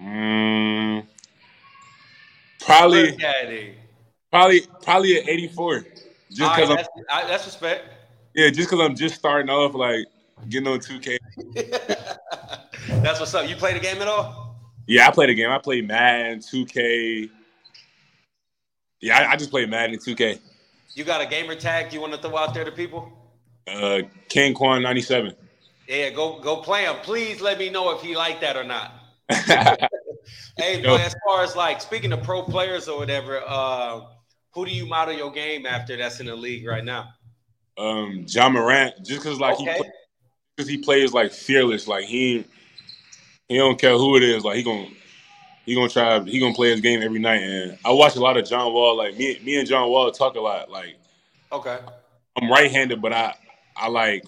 E: Mm, probably,
A: Look at it.
E: probably, probably an 84. Just
A: All right,
E: because I'm,
A: that's, I, that's respect.
E: yeah, just because I'm just starting off, like getting on 2K.
A: That's what's up. You play the game at all?
E: Yeah, I played a game. I played Madden, 2K. Yeah, I, I just played Madden and 2K.
A: You got a gamer tag you want to throw out there to people?
E: Uh, King Kwan 97.
A: Yeah, go go play him. Please let me know if he liked that or not. Hey,
E: Yo.
A: but as far as like speaking to pro players or whatever, uh, who do you model your game after that's in the league right now?
E: um, John Morant, just because like he
A: Okay.
E: play, cause he plays like fearless, like he he don't care who it is, like he gonna he gonna try he gonna play his game every night. And I watch a lot of John Wall, like me me and John Wall talk a lot. Like
A: Okay.
E: I'm right handed, but I I like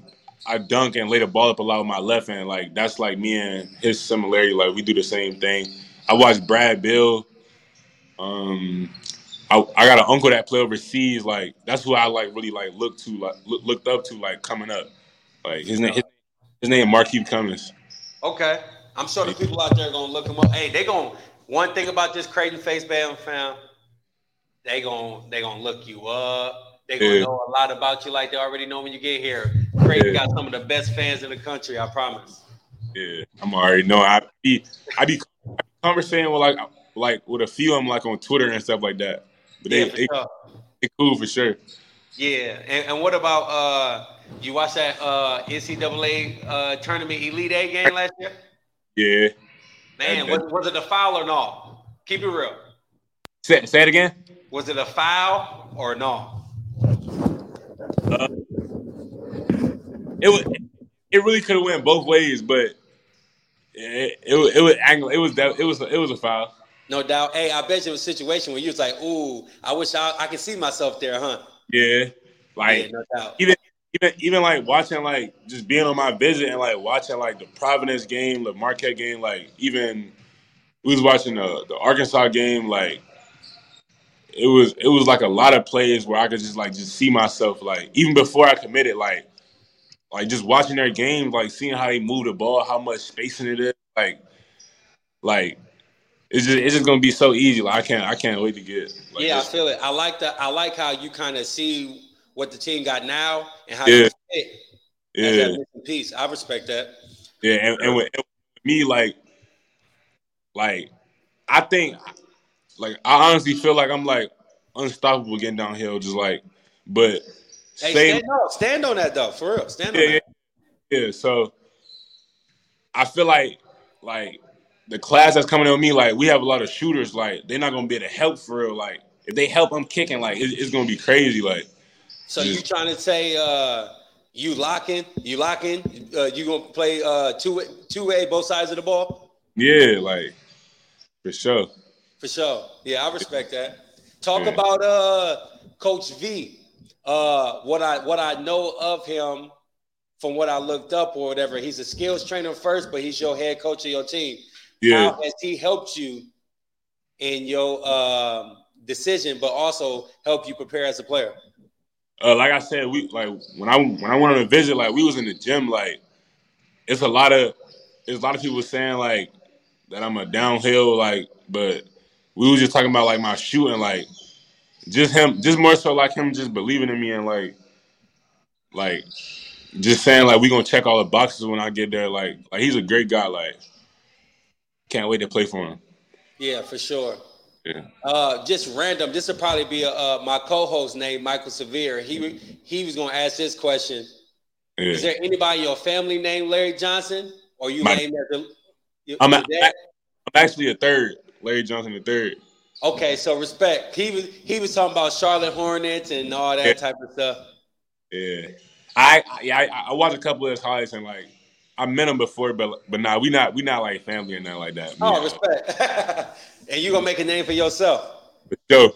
E: I dunk and lay the ball up a lot with my left hand. Like that's like me and his similarity. Like we do the same thing. I watch Brad Bill. Um, I, I got an uncle that play overseas. Like that's who I like really like look to like look, looked up to like coming up. Like his name his, his name Marquise Cummings.
A: Okay. I'm sure the people out there are gonna look him up. Hey, they gonna one thing about this Creighton face band fam, they gonna they gonna look you up. They gonna
E: Yeah.
A: know a lot about you like they already know when you get here. Creighton
E: Yeah.
A: got some of the best fans in the country, I promise.
E: Yeah, I'm already know. I be I be conversating with like like with a few of them like on Twitter and stuff like that. But they
A: yeah, for
E: they,
A: sure.
E: they cool for sure.
A: Yeah, and, and what about uh you watch that uh NCAA uh tournament Elite A game last year?
E: Yeah.
A: Man, was, was it a foul or no? Keep it real.
E: Say, say it again.
A: Was it a foul or no?
E: it was, it really could have went both ways, but it it, was- it was angle. It was that. It was it was a foul.
A: No doubt. Hey, I bet you it was a situation where you was like, ooh, I wish I, I could see myself there, huh?
E: Yeah,
A: Yeah,
E: like
A: no doubt.
E: even even even like watching like just being on my visit and like watching like the Providence game, the Marquette game, like even we was watching the the Arkansas game, like. It was it was like a lot of plays where I could just like just see myself like even before I committed like like just watching their game like seeing how they move the ball how much spacing it is like like it's just it's just gonna be so easy like I can't I can't wait to get like,
A: yeah, I
E: this-
A: feel it. I like the I like how you kind of see what the team got now and how
E: Yeah.
A: you fit as
E: yeah
A: that missing piece. I respect that.
E: Yeah, and, and, with, and with me, like, like I think, like I honestly feel like I'm like unstoppable getting downhill, just like, but
A: Hey,
E: same,
A: stand up. Stand on that though, for real. Stand on
E: yeah,
A: that.
E: yeah, yeah. So I feel like, like the class that's coming on me, like we have a lot of shooters, like they're not gonna be able to help for real, like. If they help, I'm kicking. Like it, it's gonna be crazy. Like
A: So
E: Yeah.
A: you trying to say uh, you locking, you locking, uh, you gonna play uh, two two way both sides of the ball
E: yeah, like for sure.
A: for sure. Yeah, I respect that. Talk
E: Yeah.
A: about uh, Coach V. Uh, what I what I know of him from what I looked up or whatever. He's a skills trainer first, but he's your head coach of your team.
E: Yeah,
A: How has he helped you in your um, decision, but also help you prepare as a player?
E: uh, like I said, we like when I when I went on a visit, like we was in the gym, like it's a lot of it's a lot of people saying like that I'm a downhill, like, but we was just talking about like my shooting, like just him, just more so like him just believing in me and like like just saying like we gonna check all the boxes when I get there, like like he's a great guy, like can't wait to play for him.
A: Yeah, for sure.
E: Yeah.
A: Uh, just random. This would probably be uh, my co-host named Michael Severe. He he was gonna ask this question. Is
E: Yeah.
A: there anybody in your family named Larry Johnson, or you
E: My-
A: named after? you-
E: I'm
A: your
E: a-
A: dad?
E: I'm actually a third, Larry Johnson the third.
A: okay, so respect. He was he was talking about Charlotte Hornets and all
E: Yeah.
A: that type of stuff.
E: Yeah, I I- yeah I, I watched a couple of his highlights and like I met him before, but but nah, we not we not like family or nothing like that.
A: Oh,
E: Yeah.
A: respect. and you gonna make a name for yourself.
E: Yo,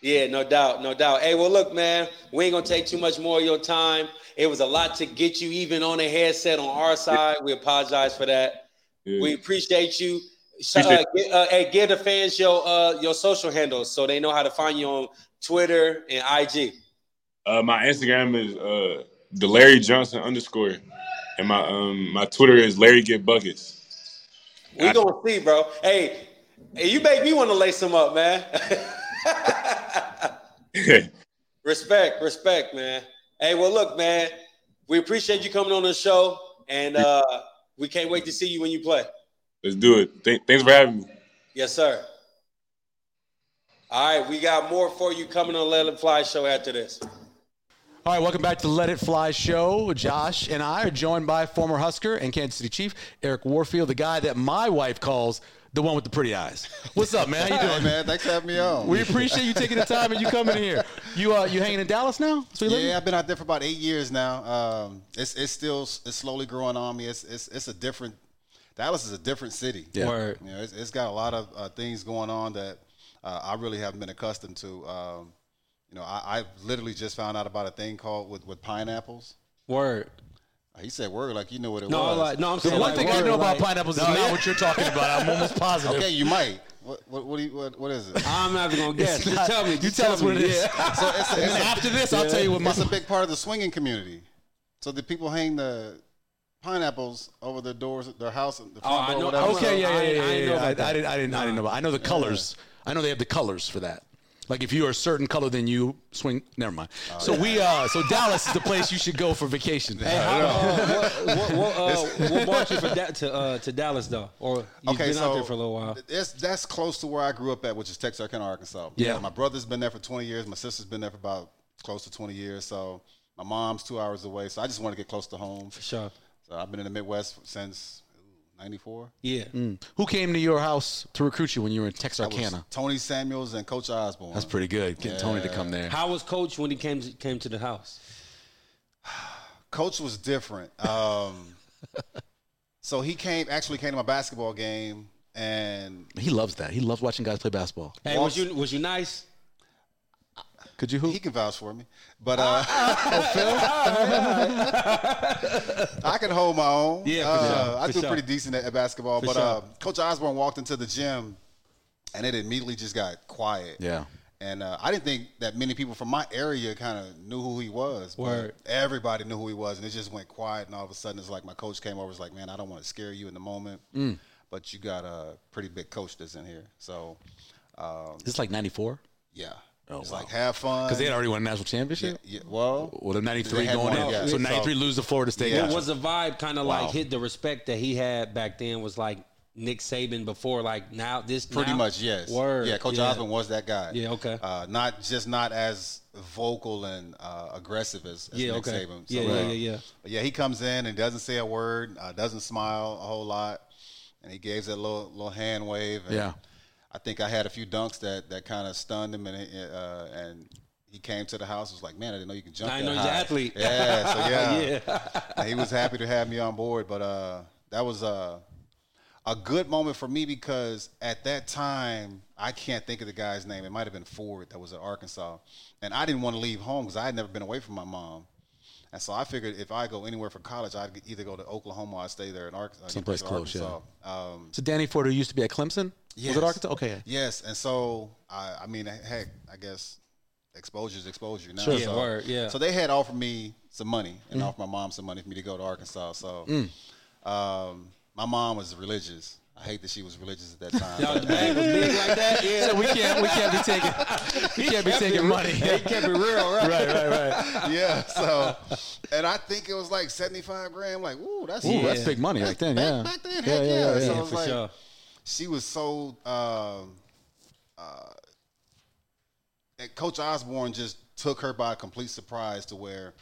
A: Yeah, no doubt, no doubt. Hey, well, look, man, we ain't gonna take too much more of your time. It was a lot to get you even on a headset on our side. We apologize for that.
E: yeah.
A: We appreciate you. So, uh,
E: Appreciate
A: gi- uh, hey, give the fans your uh, your social handles so they know how to find you on Twitter and IG.
E: uh, my Instagram is uh the Larry Johnson underscore, and my um my Twitter is Larry Get Buckets.
A: We
E: Got
A: gonna see, bro. Hey, hey, you make me want to lace them up, man. Respect, respect, man. Hey, well, look, man, we appreciate you coming on the show.
D: and uh, we can't wait to see you when you play.
E: Let's do it. Th- thanks for having me.
D: Yes, sir. All right, we got more for you coming on the Let It Fly show after this.
B: All right, welcome back to the Let It Fly show. Josh and I are joined by former Husker and Kansas City Chief Eric Warfield, the guy that my wife calls the one with the pretty eyes. What's up, man? How you
F: Hey,
B: doing?
F: man, thanks for having me on.
B: We appreciate you taking the time and you coming here. You uh, you hanging in Dallas now? That's where you living?
F: yeah, I've been out there for about eight years now. Um, it's it's still it's slowly growing on me. It's it's it's a different. Dallas is a different city.
B: Yeah.
A: Word.
F: You know, it's, it's got a lot of uh, things going on that uh, I really haven't been accustomed to. Um, you know, I, I literally just found out about a thing called with, with pineapples.
A: Word.
F: He said word like you know what it
A: No,
F: was.
A: like, no, I'm
B: The
A: saying
B: one
A: like,
B: thing I
A: word,
B: know about
A: like-
B: pineapples is not what you're talking about. I'm almost positive.
F: Okay, you might. What what what, do you, what, what is it?
A: I'm not even gonna guess.
B: It's
A: just
B: not-
A: tell me.
B: you
A: just
B: tell us
A: me.
B: what it is.
A: Yeah.
F: So it's, a-
B: And
F: it's
B: then
F: a-
B: after this, I'll tell you what my
F: It's a big part of the swinging community. So the people hang the pineapples over their doors, their house, the front
A: Oh, I
F: door,
A: know-
F: whatever.
B: Okay, yeah,
A: I-
B: yeah, yeah. yeah,
A: I didn't know
B: yeah. I,
A: about that.
B: I didn't, I didn't, I didn't know. About, I know the colors. I know they have the colors for that. Like if you are a certain color, then you swing. Never mind. so we, uh, so Dallas is the place you should go for vacation.
A: Hey, how, uh, what, what, what, uh, what brought you for da- to uh, to Dallas though? Or you've been out there for a little while.
F: It's, that's close to where I grew up at, which is Texarkana, Arkansas.
B: Yeah.
F: my brother's been there for 20 years. My sister's been there for about close to 20 years. So my mom's two hours away. So I just want to get close to home.
A: For sure.
F: So I've been in the Midwest since ooh, 94.
A: Yeah.
B: Who came to your house to recruit you when you were in
F: That was
B: Texarkana?
F: Tony Samuels and Coach Osborne.
B: That's pretty good. Getting Tony to come there.
A: How was Coach when he came to, came to the house?
F: coach was different. Um, so he came actually came to my basketball game, and
B: He loves that. He loves watching guys play basketball.
A: Hey, was you was you nice?
B: Could you hoop?
F: he can vouch for me. But uh,
A: Oh,
F: I can hold my own.
A: Yeah, for
F: Uh,
A: sure,
F: I
A: for
F: do
A: sure.
F: pretty decent at, at basketball. but
A: sure.
F: uh, Coach Osborne walked into the gym, and it immediately just got quiet.
B: Yeah.
F: And uh, I didn't think that many people from my area kind of knew who he was. but
A: Word.
F: Everybody knew who he was, and it just went quiet. And all of a sudden, it's like my coach came over. Was like, "Man, I don't want to scare you in the moment,
A: Mm.
F: but you got a pretty big coach that's in here." So, um,
B: This is like '94
F: yeah,
B: Oh,
F: it's
B: wow.
F: like have fun.
B: because they had already won a national championship.
F: Uh, yeah, well,
B: Well, the
F: They
B: '93
F: had
B: going
F: one,
B: in,
F: yeah.
B: so
F: So-
B: '93 lose to Florida State.
F: Yeah.
B: Gotcha.
A: Was the vibe kind of
B: Wow.
A: like hit the respect that he had back then was like Nick Saban before like now this
F: Pretty
A: now?
F: much, yes.
A: Word.
F: Yeah, Coach
A: yeah.
F: Osborne was that guy.
A: Yeah, okay.
F: Uh, not just not as vocal and uh, aggressive as, as
A: Yeah,
F: Nick
A: okay.
F: Saban.
A: Yeah, yeah,
F: uh,
A: yeah, yeah.
F: But yeah, he comes in and doesn't say a word, uh, doesn't smile a whole lot, and he gives that little little hand wave. And
B: Yeah.
F: I think I had a few dunks that that kind of stunned him, and it, uh, and he came to the house was like, "Man, I didn't know you could jump."
A: I
F: that
A: know he's an
F: high."
A: athlete.
F: Yeah, so yeah,
A: Yeah.
F: he was happy to have me on board, but uh, that was uh, a good moment for me because at that time I can't think of the guy's name. It might have been Ford that was at Arkansas, and I didn't want to leave home because I had never been away from my mom, and so I figured if I go anywhere for college, I'd either go to Oklahoma or I'd stay there in uh, Arkansas.
B: Someplace close, yeah.
F: Yeah. Um,
B: so Danny Ford, who used to be at Clemson, was
F: Yes.
B: it Arkansas? Okay.
F: Yes, and so I, I mean, heck, I guess exposure is exposure now.
A: Sure. Yeah,
F: so,
A: word, yeah.
F: So they had offered me some money and
B: Mm-hmm.
F: offered my mom some money for me to go to Arkansas. So,
B: Mm.
F: um, my mom was religious. I hate that she was religious at that time.
A: Y'all, the
F: but-
A: bag was big like that. Yeah.
B: So we can't we can't be taking we can't be taking money.
A: They kept it real, right?
B: right, right, right.
F: yeah. So, and I think it was like seventy-five grand. Like, ooh, that's
B: Ooh, that's
A: Yeah.
B: big money
F: that's
B: back then.
F: back,
B: yeah.
F: back then,
B: yeah,
F: heck yeah.
B: yeah, yeah.
F: So it's
A: For
F: like
A: sure.
F: she was so. Um, and Coach Osborne just took her by complete surprise to where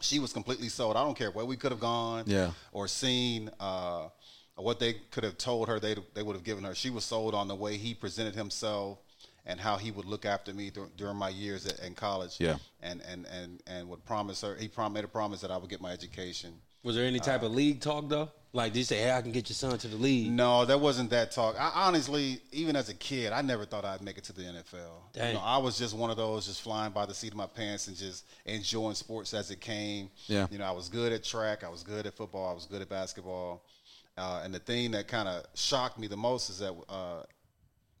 F: she was completely sold. I don't care where we could have gone,
B: Yeah.
F: or seen, uh, or what they could have told her they they would have given her. She was sold on the way he presented himself and how he would look after me dur- during my years at, in college.
B: Yeah.
F: and and and and would promise her. He prom- made a promise that I would get my education.
A: Was there any type of league talk though? Like did you say, hey, I can get your son to the league?
F: No, that wasn't that talk. I honestly, even as a kid, I never thought I'd make it to the NFL.
A: Dang.
F: You know, I was just one of those just flying by the seat of my pants and just enjoying sports as it came.
B: Yeah.
F: You know, I was good at track, I was good at football, I was good at basketball. Uh, and the thing that kind of shocked me the most is that uh,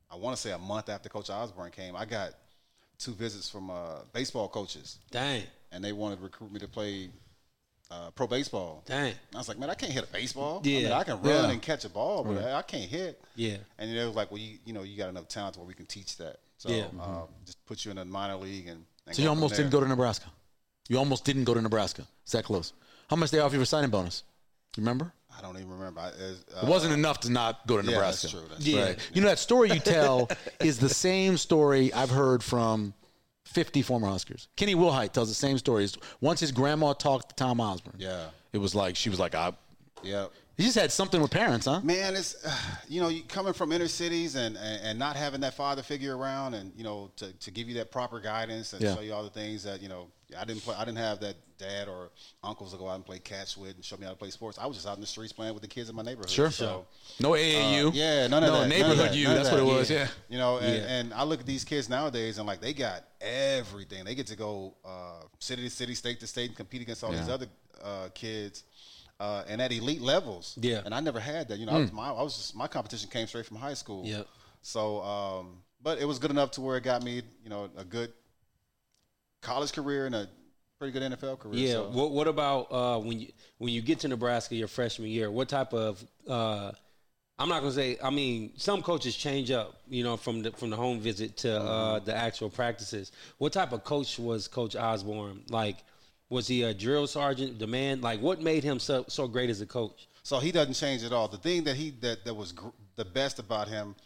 F: I want to say a month after Coach Osborne came, I got two visits from uh, baseball coaches,
A: Dang,
F: and they wanted to recruit me to play uh, pro baseball.
A: dang.
F: I was like, man, I can't hit a baseball. I
A: Yeah.
F: mean, I can run
B: Yeah.
F: and catch a ball, but I I can't hit.
A: Yeah.
F: And they was like, well, you, you know, you got enough talent where we can teach that. So
A: Yeah.
F: um, just put you in a minor league and. and
B: So
F: go
B: you
F: from
B: almost didn't
F: there.
B: go to Nebraska. You almost didn't go to Nebraska. It's that close. How much they offer you for signing bonus? You remember?
F: I don't even remember. I, it's, uh,
B: It wasn't enough to not go to
F: yeah,
B: Nebraska.
F: that's true. That's
A: Yeah.
B: Right. You know that story you tell is the same story I've heard from 50 former Huskers. Kenny Wilhite tells the same story. Once his grandma talked to Tom Osborne.
F: Yeah.
B: It was like she was like, I
F: true. Yeah.
B: he just had something with parents, huh?
F: Man, it's you know, you coming from inner cities and, and, and not having that father figure around, and you know, to, to give you that proper guidance and
B: Yeah.
F: show you all the things that you know, I didn't play, I didn't have that dad or uncles to go out and play catch with and show me how to play sports. I was just out in the streets playing with the kids in my neighborhood.
B: Sure.
F: So,
B: No AAU.
F: Uh, yeah, none of
B: no
F: that. none of
B: neighborhood
F: that,
B: you.
F: none of
B: That's what it
F: that.
B: was. Yeah.
F: You know, and,
A: Yeah.
F: and I look at these kids nowadays and like they got everything. They get to go uh, city to city, state to state, and compete against all these
B: Yeah.
F: other uh, kids. Uh, and at elite levels,
A: Yeah.
F: And I never had that. You know, I was
B: Hmm.
F: my I was just my competition came straight from high school.
A: Yep.
F: So, um, but it was good enough to where it got me, you know, a good college career and a pretty good NFL career.
A: Yeah.
F: So,
A: What What about uh, when you when you get to Nebraska your freshman year? What type of uh, I'm not gonna say. I mean, some coaches change up, you know, from the from the home visit to uh,
F: Mm-hmm.
A: the actual practices. What type of coach was Coach Osborne? Like, was he a drill sergeant? The man, like, what made him so so great as a coach?
F: So he doesn't change at all. The thing that he that that was gr- the best about him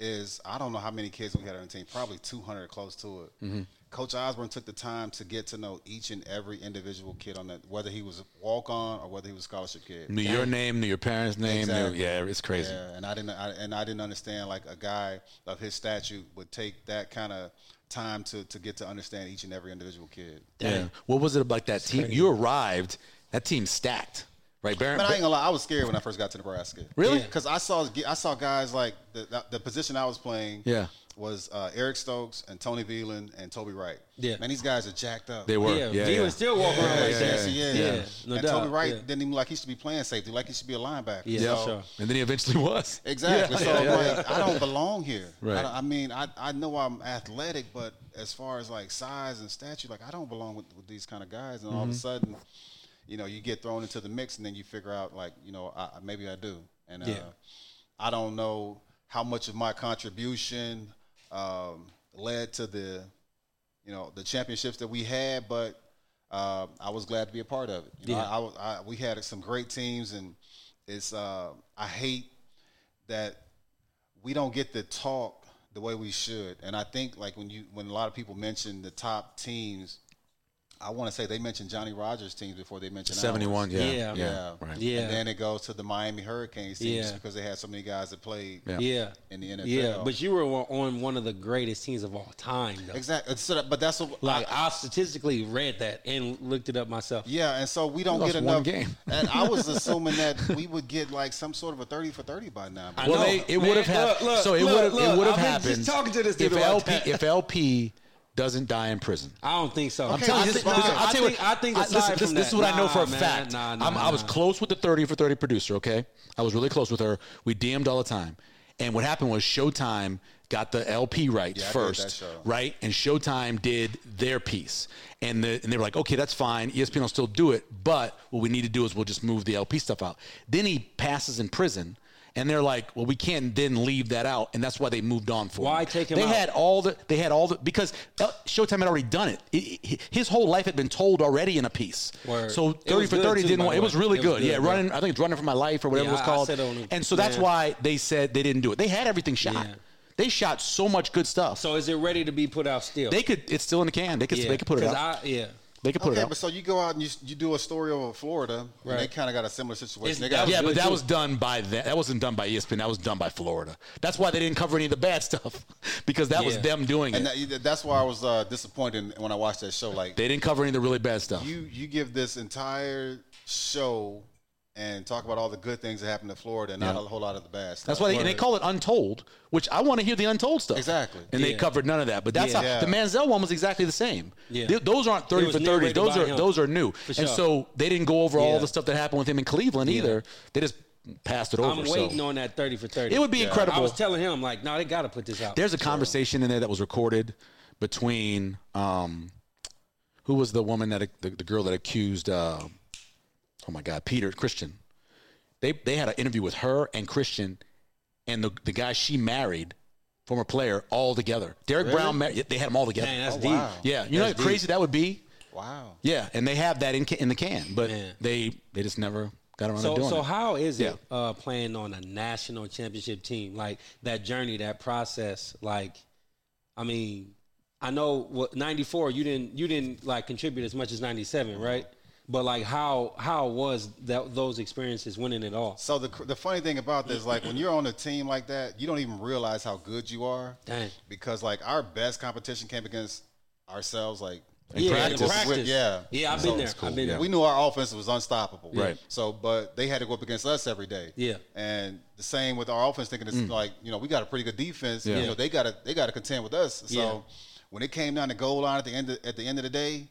F: is I don't know how many kids we had on the team, probably 200 close to it. Coach Osborne took the time to get to know each and every individual kid on that, whether he was a walk on or whether he was a scholarship kid.
B: Knew your name, knew your parents' name. knew-
F: Exactly.
B: yeah, it's crazy.
F: Yeah, and I didn't, I, and I didn't understand like a guy of his statue would take that kind of time to to get to understand each and every individual kid.
B: Yeah. What was it about that team? You arrived, that team stacked, right? Baron,
F: But I ain't gonna lie, I was scared when I first got to Nebraska.
B: Really? Yeah.
F: Because I saw I saw guys like the, the, the position I was playing.
B: Yeah.
F: Was uh, Eric Stokes and Tony Veland and Toby Wright.
A: Yeah.
F: Man, these guys are jacked up.
B: they were. Yeah, yeah,
A: he was still walking around like
F: Yeah,
A: that.
F: yeah,
A: yeah. No
F: and
A: doubt.
F: Toby Wright
A: Yeah.
F: didn't even like he should be playing safety, like he should be a linebacker.
A: Yeah,
F: So-
A: sure.
B: And then he eventually was.
F: Exactly.
B: Yeah,
F: so
B: yeah,
F: I'm
B: yeah,
F: like, I don't belong here.
B: Right.
F: I, don't- I mean, I, I know I'm athletic, but as far as like size and stature, like I don't belong with, with these kind of guys. And all
B: Mm-hmm.
F: of a sudden, you know, you get thrown into the mix, and then you figure out like, you know, I, I- maybe I do. And uh,
A: Yeah.
F: I don't know how much of my contribution um, led to the, you know, the championships that we had, but uh, I was glad to be a part of it. You know,
A: Yeah.
F: I, I was- I, we had some great teams, and it's uh, I hate that we don't get to talk the way we should. And I think like when you when a lot of people mention the top teams, I want to say they mentioned Johnny Rogers teams before they mentioned ours.
B: 71. Yeah.
A: Yeah.
F: Yeah.
B: Right.
A: Yeah.
F: And then it goes to the Miami Hurricanes teams
A: Yeah.
F: because they had so many guys that played
B: Yeah.
A: Yeah.
F: in the NFL.
A: Yeah, but you were on one of the greatest teams of all time, though.
F: exactly. So that, but that's what
A: Like I statistically read that and looked it up myself.
F: Yeah, and so we don't
B: lost
F: get
B: one
F: enough.
B: game.
F: and I was assuming that we would get like some sort of a thirty for thirty by now.
A: I
B: Well,
A: know.
B: they, it
A: Man,
B: would have
A: look,
B: happened.
A: look,
B: So it
A: look,
B: would have.
A: look,
B: It would have
A: I've been
B: happened.
A: just talking to this dude
B: if
A: about
B: LP
A: that.
B: if LP doesn't die in prison.
A: I don't think so. I'm
F: telling you,
B: I
F: this-
B: think- listen,
F: nah,
B: I'll
A: I
B: tell you
A: think,
B: what-
A: I think
B: I-
A: aside
B: listen, this,
A: from
B: this
A: that-
B: is what I know
A: nah,
B: for a
A: man,
B: fact.
A: Nah, nah,
B: I'm- I was
A: nah.
B: close with the 30 for 30 producer, okay? I was really close with her. We DM'd all the time. And what happened was Showtime got the LP rights
F: Yeah, I did that
B: first,
F: show.
B: right? And Showtime did their piece. And, the, and they were like, okay, that's fine. E ESPN will still do it. But what we need to do is we'll just move the LP stuff out. Then he passes in prison. And they're like, well, we can't then leave that out, and that's why they moved on for
A: Why
B: him.
A: take him
B: They
A: out?
B: had all the they had all the because uh, Showtime had already done it. It- it- His whole life had been told already in a piece.
A: Word.
B: So
A: It
B: thirty
A: was
B: for
A: good,
B: thirty
A: too,
B: didn't
A: by
B: want.
A: the
B: It
A: way.
B: was really
A: It was
B: good.
A: good,
B: Yeah,
A: yeah.
B: running. I think it's running for my life or whatever
A: Yeah,
B: it was
A: I- I
B: called.
A: said it on the-
B: and so that's
A: yeah.
B: why they said they didn't do it. They had everything shot.
A: Yeah.
B: They shot so much good stuff.
A: So is it ready to be put out still?
B: they could. It's still in the can. They could.
A: yeah,
B: They could put it
A: 'cause
B: out.
A: I, yeah.
B: they could put
F: Okay,
B: it
F: but
B: out.
F: so you go out and you, you do a story over Florida, and they
A: Right.
F: kind of got a similar situation.
A: It's-
F: they got
B: Yeah,
A: That was
B: but
A: good,
B: that
A: too.
B: was done by that. That wasn't done by E ESPN. That was done by Florida. That's why they didn't cover any of the bad stuff because that was
A: Yeah.
B: them doing it.
F: and that, that's why I was uh, disappointed when I watched that show. Like
B: they didn't cover any of the really bad stuff.
F: you, you give this entire show and talk about all the good things that happened in Florida, and not
B: Yeah.
F: a whole lot of the bad. Stuff.
B: That's why they, and they call it untold, which I want to hear the untold stuff.
F: Exactly.
B: And they
A: Yeah.
B: covered none of that. But that's
A: Yeah.
B: how
F: Yeah.
B: the Manziel one was exactly the same.
A: Yeah.
B: Th- those aren't 30
A: It was
B: for 30.
A: narrated
B: Those
A: by
B: are
A: him.
B: those are new.
A: For
B: And
A: sure.
B: so they didn't go over all
A: Yeah.
B: the stuff that happened with him in Cleveland either. They just passed it over.
A: I'm
B: so.
A: waiting on that thirty for thirty.
B: It would be incredible.
A: I was telling him like, no, they got to put this out.
B: There's a conversation in there that was recorded between um, who was the woman that the, the girl that accused uh, oh my god Peter Christian. They they had an interview with her and Christian and the the guy she married, former player, all together. Derek Brown, mar- they had them all together.
A: Dang, that's
F: Oh,
A: deep.
F: wow.
B: yeah, you know how
A: That's
B: crazy that would be.
F: wow.
B: Yeah, and they have that in ca- in the can, but
A: Man.
B: they they just never Got around to
A: So
B: doing
A: so
B: it.
A: how is it
B: Yeah.
A: uh, playing on a national championship team? Like that journey, that process. Like, I mean, I know what '94. You didn't you didn't like contribute as much as '97, right? But like, how how was that those experiences winning it all?
F: So the cr- the funny thing about this, like when you're on a team like that, you don't even realize how good you are.
A: Dang.
F: Because like our best competition came against ourselves. Like
A: yeah, the
B: practice.
A: practice.
F: Yeah.
A: yeah. I've
F: So
A: been there.
B: it's cool,
A: I've been
B: yeah.
A: there.
F: we knew our offense was unstoppable.
B: Right.
F: So, but they had to go up against us every day.
A: Yeah. Mm.
F: And the same with our offense, thinking it's like you know we got a pretty good defense.
B: Yeah.
F: You know they got to they got to contend with us. So
A: Yeah.
F: when it came down to goal line at the end of, at the end of the day,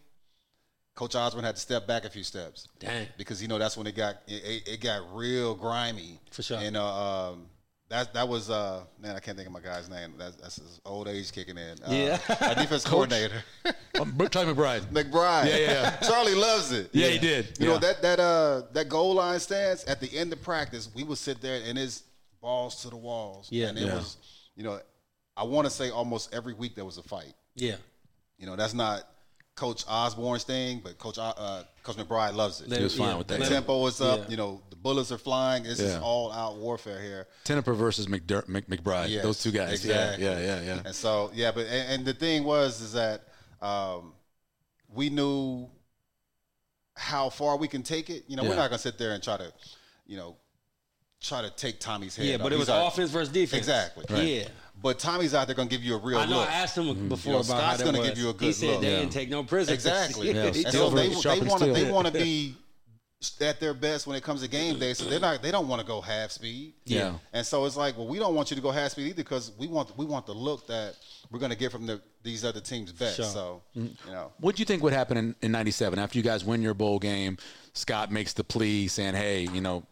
F: Coach Osborne had to step back a few steps
A: Dang.
F: because you know that's when it got it, it, it got real grimy.
A: For sure.
F: And uh, um, that that was uh, man, I can't think of my guy's name. That's, that's his old age kicking in. Uh,
A: Yeah.
F: our defense coordinator
B: Um, Charlie McBride.
F: McBride.
B: Yeah, yeah.
F: Charlie loves it.
B: Yeah, he did.
F: You
B: Yeah.
F: know that that uh that goal line stance at the end of practice, we would sit there and it's balls to the walls.
A: Yeah.
F: and it
B: Yeah.
F: was you know, I want to say almost every week there was a fight.
A: Yeah.
F: You know, that's not Coach Osborne's thing, but Coach O- uh, Coach McBride loves it.
A: They-
B: was fine with that.
F: the
A: They-
F: tempo is up.
A: yeah.
F: You know, the bullets are flying. This is
B: Yeah.
F: all out warfare here.
B: Tenneper versus McDur- Mc- McBride.
F: Yes,
B: Those two guys.
F: exactly.
B: Yeah, yeah, yeah, yeah.
F: And so, yeah, but and, and the thing was is that um, we knew how far we can take it. You know,
B: Yeah.
F: we're not gonna sit there and try to, you know, try to take Tommy's head.
A: Yeah,
F: off.
A: but it
F: He's
A: was
F: like-
A: offense versus defense.
F: Exactly.
A: Yeah.
F: But Tommy's out there gonna give you a real
A: I know.
F: look.
A: I asked him
B: Mm-hmm.
A: before
F: You know,
A: about how
F: Scott's
A: that
F: gonna
A: was.
F: give you a
A: he
F: good
A: said
F: look.
A: they
F: Yeah.
A: didn't take no prisoners.
F: Exactly.
B: Yeah,
A: He
F: And
B: steel
F: so
A: told
F: they,
A: me.
B: versus sharp
F: they
B: and
F: want to
B: steel.
F: they want to be at their best when it comes to game day. So they're not they don't want to go half speed.
B: Yeah.
F: And so it's like, well, we don't want you to go half speed either because we want we want the look that we're going to get from the, these other teams best.
A: Sure.
F: So
B: Mm-hmm.
F: you know,
B: What do you think would happen in, in 97 after you guys win your bowl game? Scott makes the plea saying, hey, you know,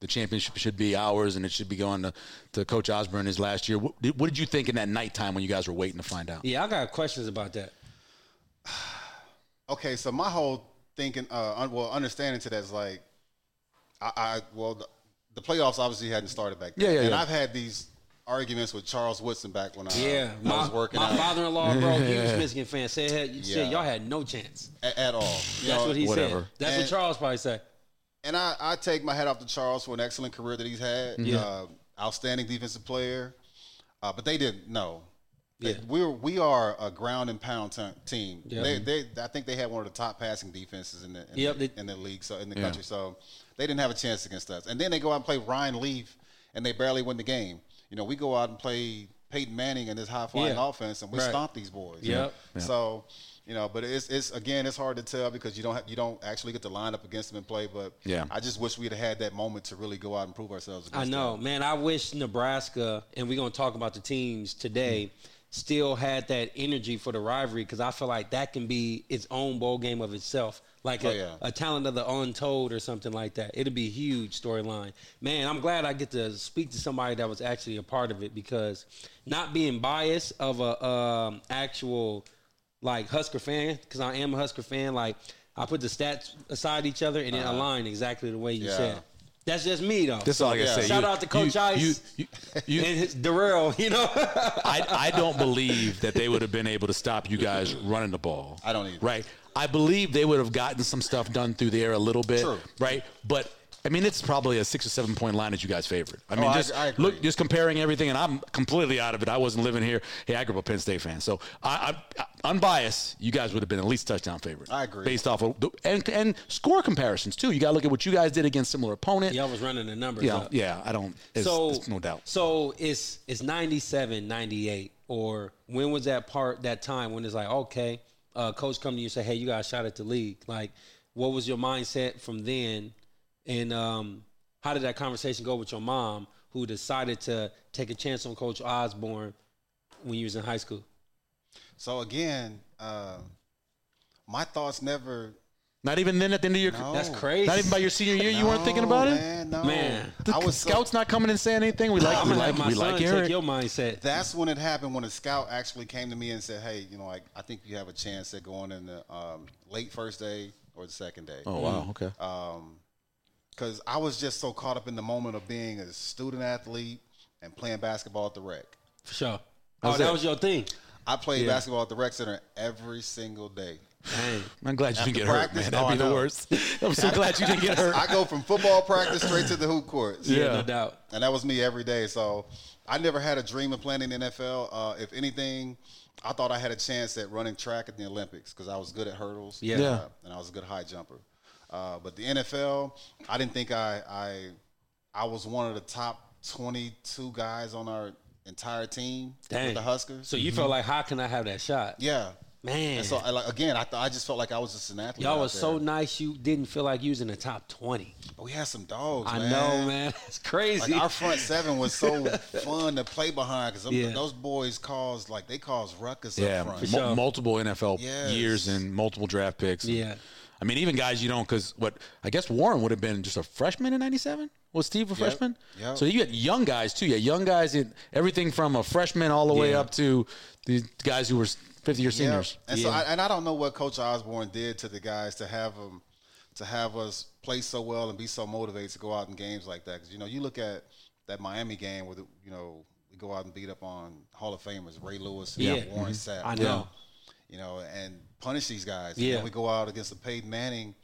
B: the championship should be ours and it should be going to, to Coach Osborne his last year. What did, what did you think in that nighttime when you guys were waiting to find out?
A: Yeah, I got questions about that.
F: okay. So my whole thinking, uh, un, well, understanding to that is like, I, I well, the, the playoffs obviously hadn't started back then.
B: Yeah, yeah,
F: And
B: yeah.
F: I've had these arguments with Charles Woodson back when I,
A: Yeah,
F: I
A: my,
F: was working
A: my
F: out
A: father-in-law, bro, he was Michigan fan. Said, hell, you said
F: Yeah.
A: y'all had no chance.
F: a- at all. You
A: That's
F: know,
A: what he
B: whatever.
A: said. That's what
F: And-
A: Charles probably said.
F: and I, I take my hat off to Charles for an excellent career that he's had.
A: Mm-hmm. Yeah.
F: Uh, outstanding defensive player. Uh, but they didn't know.
A: Yeah.
F: We're, we are a ground and pound t- team.
A: Yeah.
F: They, they, I think they had one of the top passing defenses in the, in,
A: Yep,
F: the,
A: they-
F: in the league, so in the country. So they didn't have a chance against us. And then they go out and play Ryan Leaf, and they barely win the game. You know, we go out and play Peyton Manning and this high flying
A: Yeah.
F: offense, and we
A: Right.
F: stomp these boys.
A: Yep.
F: So, you know, but it's it's again, it's hard to tell because you don't have, you don't actually get to line up against them and play. But
B: Yeah.
F: I just wish we'd have had that moment to really go out and prove ourselves.
A: I
F: against
A: know, man. I wish Nebraska, and we're gonna talk about the teams today,
F: Mm.
A: still had that energy for the rivalry because I feel like that can be its own bowl game of itself, like
F: Oh,
A: a,
F: yeah.
A: a talent of the untold or something like that. It'd be a huge storyline, man. I'm glad I get to speak to somebody that was actually a part of it because not being biased of a um, actual like Husker fan, because I am a Husker fan. Like I put the stats aside each other and it aligned exactly the way you
F: Uh-huh. Yeah.
A: said. That's just me though.
B: That's all I got to
F: Yeah.
B: say.
A: Shout out to Coach
B: you,
A: Ice.
B: You, you, you,
A: and his, Darrell, you know.
B: I, I don't believe that they would have been able to stop you guys running the ball.
F: I don't either.
B: Right. I believe they would have gotten some stuff done through the air a little bit.
F: True.
B: Right. But I mean, it's probably a six or seven point line that you guys favored. I mean,
F: Oh, I
B: just
F: agree- I agree.
B: look, just comparing everything, and I'm completely out of it. I wasn't living here. Hey, I grew up a Penn State fan, so I, I, I unbiased. You guys would have been at least touchdown favorite.
F: I agree.
B: Based off of the, and and score comparisons too. You got to look at what you guys did against similar opponent.
A: Y'all was running the numbers.
B: Yeah.
A: up.
B: Yeah. I don't. It's,
A: So
B: it's no doubt.
A: So it's it's 97, 98, or when was that part that time when it's like, okay, uh, coach come to you and say, hey, you got a shot at the league. Like, what was your mindset from then, and um, how did that conversation go with your mom, who decided to take a chance on Coach Osborne when you was in high school?
F: them. So again, uh, my thoughts never.
B: Not even then at the end of your.
F: No.
A: That's crazy.
B: Not even by your senior year, you weren't thinking
F: No,
B: about it.
F: man, no.
A: Man.
B: The
F: I was so-
B: scouts not coming and saying anything. We like,
A: I'm
B: we
A: gonna
B: like,
A: have my
B: we
A: son
B: like
A: take
B: Eric.
A: your mindset.
F: That's when it happened when a scout actually came to me and said, "Hey, you know, like I think you have a chance at going in the um, late first day or the second day."
B: oh wow, okay.
F: uh, because I was just so caught up in the moment of being a student athlete and playing basketball at the rec.
A: for sure. Oh, that was your thing.
F: I played basketball at the rec center every single day.
A: Dang.
B: I'm glad you didn't get
F: practice?
B: hurt, man. That'd
F: Oh, I
B: be the
F: know.
B: worst. I'm so glad you didn't get hurt.
F: I go from football practice straight to the hoop courts.
A: Yeah,
B: Yeah.
A: no doubt.
F: and that was me every day. So I never had a dream of playing in the NFL. Uh, if anything, I thought I had a chance at running track at the Olympics because I was good at hurdles.
A: Yeah.
B: Yeah.
F: uh, and I was a good high jumper. Uh, but the NFL, I didn't think I I I was one of the top twenty two guys on our entire team
A: Dang.
F: with the Huskers.
A: So you felt like, how can I have that shot?
F: yeah.
A: Man,
F: And so Mm-hmm. I, like, again, I thought I just felt like I was just an athlete.
A: y'all
F: out
A: was so
F: there.
A: nice. You didn't feel like using the top twenty.
F: But we had some dogs.
A: I know, man. It's crazy.
F: Like our front seven was so fun to play behind because
A: Yeah.
F: those boys caused like they caused ruckus
B: Yeah,
F: up front.
B: mul-
A: sure.
B: multiple NFL
F: Yes.
B: years and multiple draft picks.
A: Yeah.
B: I mean, even guys you don't because what I guess Warren would have been just a freshman in '97. Was Steve a freshman?
F: Yep.
B: So you had young guys too. Yeah, young guys in everything from a freshman all the way
A: Yeah.
B: up to the guys who were 50 year seniors.
F: And so,
A: Yeah.
F: I, and I don't know what Coach Osborne did to the guys to have them, to have us play so well and be so motivated to go out in games like that. Because you know, you look at that Miami game where the, you know we go out and beat up on Hall of Famers Ray Lewis and
A: Yeah. Mm-hmm.
F: Warren Sapp.
A: I know.
F: You know, and punish these guys. And
A: Yeah.
F: then we go out against the Peyton Manning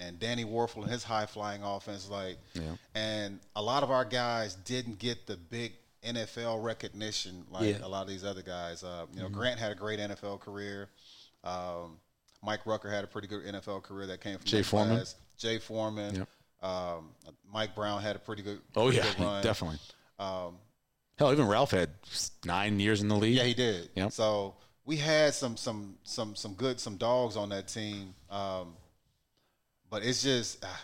F: and Danny Warfel and his high flying offense. Like, and a lot of our guys didn't get the big. NFL recognition, like
A: Yeah.
F: a lot of these other guys. Uh, you know,
B: Mm-hmm.
F: Grant had a great NFL career. Um, Mike Rucker had a pretty good NFL career that came from
B: Jay
F: that
B: Foreman.
F: class. Jay Foreman.
B: Yep.
F: Um, Mike Brown had a pretty good.
B: Oh
F: pretty
B: yeah,
F: good run. Um,
B: definitely. Hell, even Ralph had nine years in the league.
F: Yeah, he did.
B: Yep.
F: So we had some some some some good some dogs on that team. Um, but it's just ah,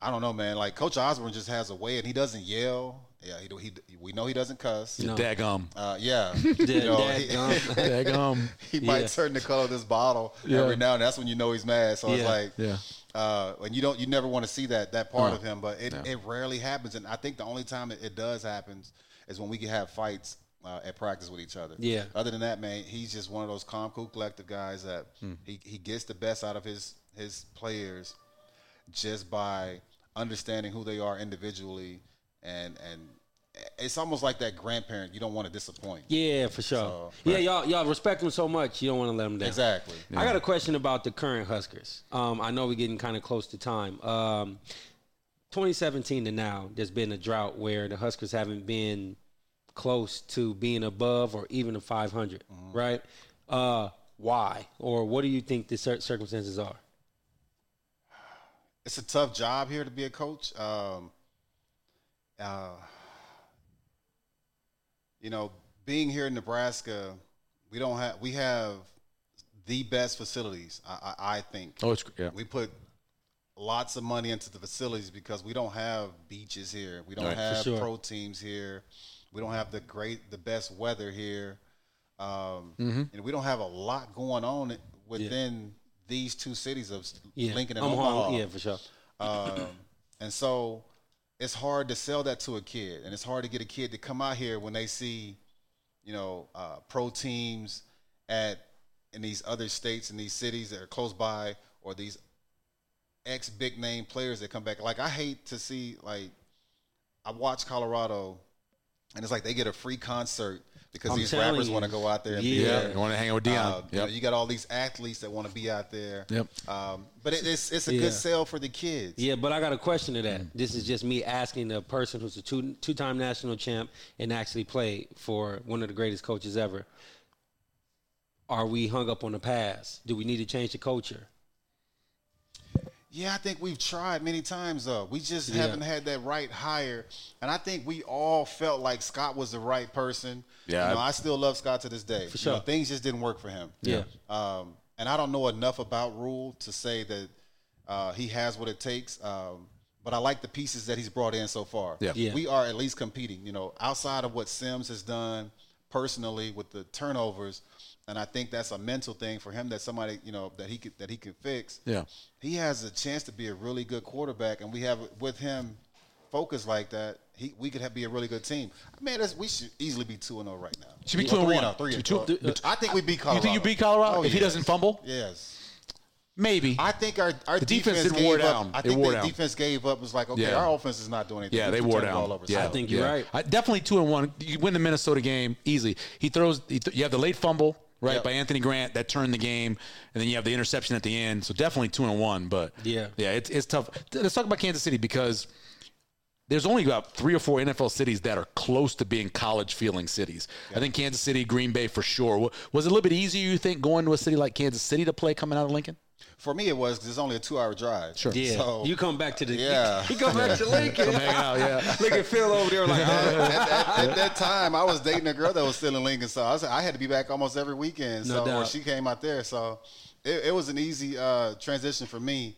F: I don't know, man. Like Coach Osborne just has a way, and he doesn't yell. Yeah, he, do- he we know he doesn't cuss.
A: No.
B: Daggum.
F: Uh, yeah, you know, he-
A: Dadgum.
B: Daggum.
F: he might
A: Yeah.
F: turn the color of this bottle every now and that's when you know he's mad. So it's
A: Yeah.
F: like,
B: Yeah.
F: uh, and you don't, you never want to see that that
A: Mm.
F: part
B: No.
F: of him, but it, it rarely happens. And I think the only time it, it does happens is when we can have fights uh, at practice with each other.
A: Yeah.
F: Other than that, man, he's just one of those calm, cool, collective guys that
A: Hmm.
F: he he gets the best out of his his players just by understanding who they are individually and and. It's almost like that grandparent you don't want to disappoint.
A: Yeah, for sure.
F: So-
A: yeah, y'all y'all respect them so much. You don't want to let them down.
F: Exactly.
A: I got a question about the current Huskers. Um, I know we're getting kind of close to time. Um, 2017 to now, there's been a drought where the Huskers haven't been close to being above or even a 500,
F: Mm-hmm.
A: right? Uh, why or what do you think the cir- circumstances are?
F: it's a tough job here to be a coach. Um, uh, you know, being here in Nebraska, we don't have we have the best facilities. I, I, I think
B: Oh, it's yeah.
F: we put lots of money into the facilities because we don't have beaches here. We don't
B: Right, for
F: have
A: sure.
F: pro teams here. We don't have the great, the best weather here. Um, And we don't have a lot going on within these two cities of
A: Yeah,
F: Lincoln and
A: Omaha,
F: Omaha.
A: Yeah, for sure.
F: Um, and so it's hard to sell that to a kid, and it's hard to get a kid to come out here when they see, you know, uh, pro teams at in these other states and these cities that are close by, or these ex big name players that come back. Like I hate to see like I watch Colorado, and it's like they get a free concert because
A: I'm
F: these
A: telling
F: rappers
A: you.
F: want to go out there and be
A: Yeah.
F: there.
B: Yeah, you want to hang out with Dion?
F: Uh, you, know,
B: yep.
F: you got all these athletes that want to be out there.
B: Yep.
F: Um, but it, it's it's a
A: Yeah.
F: good sale for the kids.
A: Yeah, but I got a question to that. This is just me asking the person who's a two two time national champ and actually played for one of the greatest coaches ever. Are we hung up on the past? Do we need to change the culture?
F: Yeah, I think we've tried many times though. We just
A: Yeah.
F: haven't had that right hire, and I think we all felt like Scott was the right person.
B: Yeah,
F: you know,
B: I-
F: I still love Scott to this day.
A: sure.
F: You know, things just didn't work for him.
A: Yeah.
F: Um, and I don't know enough about Rule to say that uh, he has what it takes. Um, but I like the pieces that he's brought in so far.
B: Yeah.
A: Yeah.
F: We are at least competing, you know, outside of what Sims has done personally with the turnovers. And I think that's a mental thing for him that somebody, you know, that he could that he could fix.
B: Yeah.
F: He has a chance to be a really good quarterback, and we have with him focused like that, he we could have, be a really good team. Man, that's, we should easily be two and zero right now.
B: Should be
F: Or
B: two and
F: three
B: one.
F: oh, three and
B: Two-
F: oh.
B: two-
F: I think we beat Colorado.
B: You think you beat Colorado
F: Oh,
B: if he
F: yeah.
B: doesn't fumble?
F: Yes.
B: Maybe.
F: I think our, our
B: The defense
F: defense,
B: didn't
F: gave
B: wore
F: up.
B: down.
F: I
B: It
F: think
B: wore
F: the
B: down.
F: defense gave up. Was like, okay,
B: Yeah.
F: our offense is not doing anything.
B: Yeah,
F: We
B: they
F: can
B: wore
F: turn the
B: down.
F: ball over.
B: yeah,
F: So,
A: think you're
B: yeah.
A: right.
B: I, definitely two and one. You win the Minnesota game easy. He throws. He th- you have the late fumble, right
F: Yep.
B: by Anthony Grant that turned the game, and then you have the interception at the end. So definitely two and one, but
A: Yeah.
B: yeah, it's it's tough. Th- Let's talk about Kansas City because there's only about three or four NFL cities that are close to being college feeling cities. I think Kansas City, Green Bay for sure. Wa- Was it a little bit easier you think going to a city like Kansas City to play coming out of Lincoln?
F: For me, it was because it's only a two-hour drive. Sure.
A: Yeah,
F: So
A: you come back to the
F: Yeah.
A: You come back to Lincoln.
B: Come hang out, yeah.
A: Look at Phil over there, like
F: at, at- at that time, I was dating a girl that was still in Lincoln, so I, was, I had to be back almost every weekend.
A: No
F: So or
A: doubt.
F: she came out there, so it, it was an easy uh, transition for me,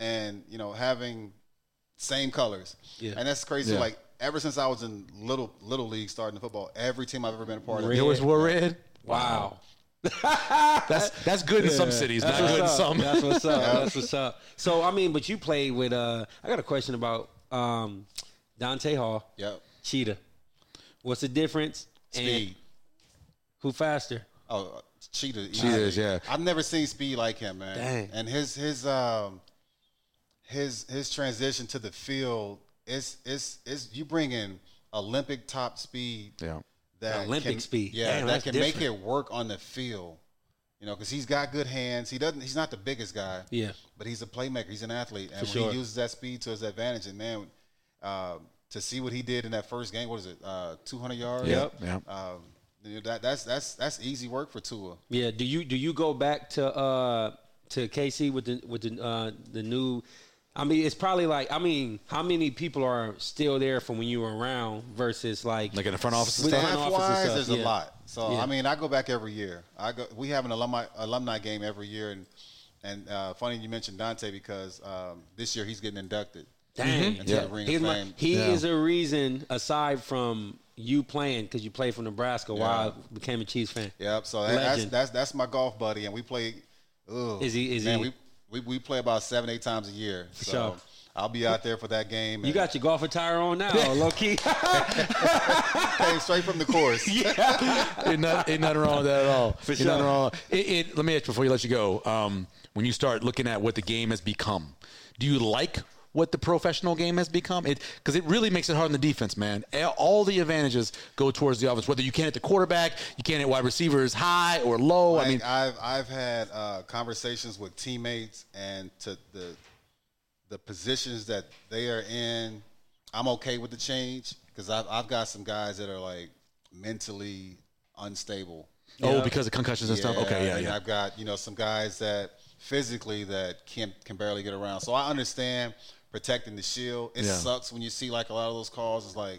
F: and you know having same colors,
A: Yeah.
F: and that's crazy.
B: Yeah.
F: Like ever since I was in little little league starting football, every team I've ever been a part
A: Red.
B: It
F: of,
B: was war red.
A: wow.
B: That's that's good in some
A: Yeah.
B: cities,
A: That's
B: not
A: what's
B: good in
A: up.
B: some.
A: That's what's up. That's what's up. So I mean, but you played with. uh I got a question about um Dante Hall,
F: yep,
A: Cheetah. What's the difference? And
F: speed.
A: who faster?
F: Oh, Cheetah.
B: Cheetah is, yeah.
F: I've never seen speed like him, man.
A: Dang.
F: And his his um his his transition to the field is is is you bring in Olympic top speed.
B: Yeah.
F: That
A: Olympic
F: can-
A: speed.
F: Yeah,
A: Damn,
F: that
A: that's
F: can make it
A: different.
F: work on the field. You know, because he's got good hands. He doesn't. He's not the biggest guy.
A: Yeah.
F: But he's a playmaker. He's an athlete, and when
A: sure.
F: he uses that speed to his advantage. And man, uh, to see what he did in that first game, what is it? Uh, Two hundred yards.
B: Yep. Yep.
F: Um, you know, that, that's that's that's easy work for Tua.
A: Yeah. Do you do you go back to uh to KC with the with the uh the new? I mean, it's probably like I mean, how many people are still there from when you were around versus like
B: Like in the front office and
A: With-
B: stuff.
A: front
F: Staff
A: office and
F: wise,
A: stuff,
F: there's
A: yeah.
F: a lot. So
A: Yeah.
F: I mean, I go back every year. I go. We have an alumni alumni game every year, and and uh, funny you mentioned Dante because um, this year he's getting inducted.
A: Dang.
F: into
B: Yeah.
F: the Mhm. Ring
A: He's
F: of
A: my-
F: Fame.
A: he
B: Yeah.
A: is a reason aside from you playing because you played for Nebraska. Why I
F: Yeah.
A: became a Chiefs fan?
F: Yep. So that, that's
A: Legend.
F: that's that's my golf buddy, and we play. Ugh,
A: Is he- is
F: man,
A: he-
F: We, we we play about seven eight times a year. So
A: sure.
F: I'll be out there for that game.
A: You
F: and
A: got your golf attire on now, low key.
F: came straight from the course.
B: ain't, not, ain't nothing wrong with that at all. Ain't
A: sure.
B: nothing wrong. It, it, let me ask you before you let you go. Um, when you start looking at what the game has become, do you like what the professional game has become? It because it really makes it hard on the defense, man. A- All the advantages go towards the offense. Whether you can't hit the quarterback, you can't hit wide receivers high or low. I mean,
F: I've I've had uh, conversations with teammates and to the the positions that they are in. I'm okay with the change because I've I've got some guys that are like mentally unstable.
B: oh, because of concussions and stuff. Okay, yeah,
F: and
B: yeah.
F: I've got you know some guys that physically that can can barely get around. So I understand protecting the shield. It
B: Yeah.
F: sucks when you see like a lot of those calls. It's like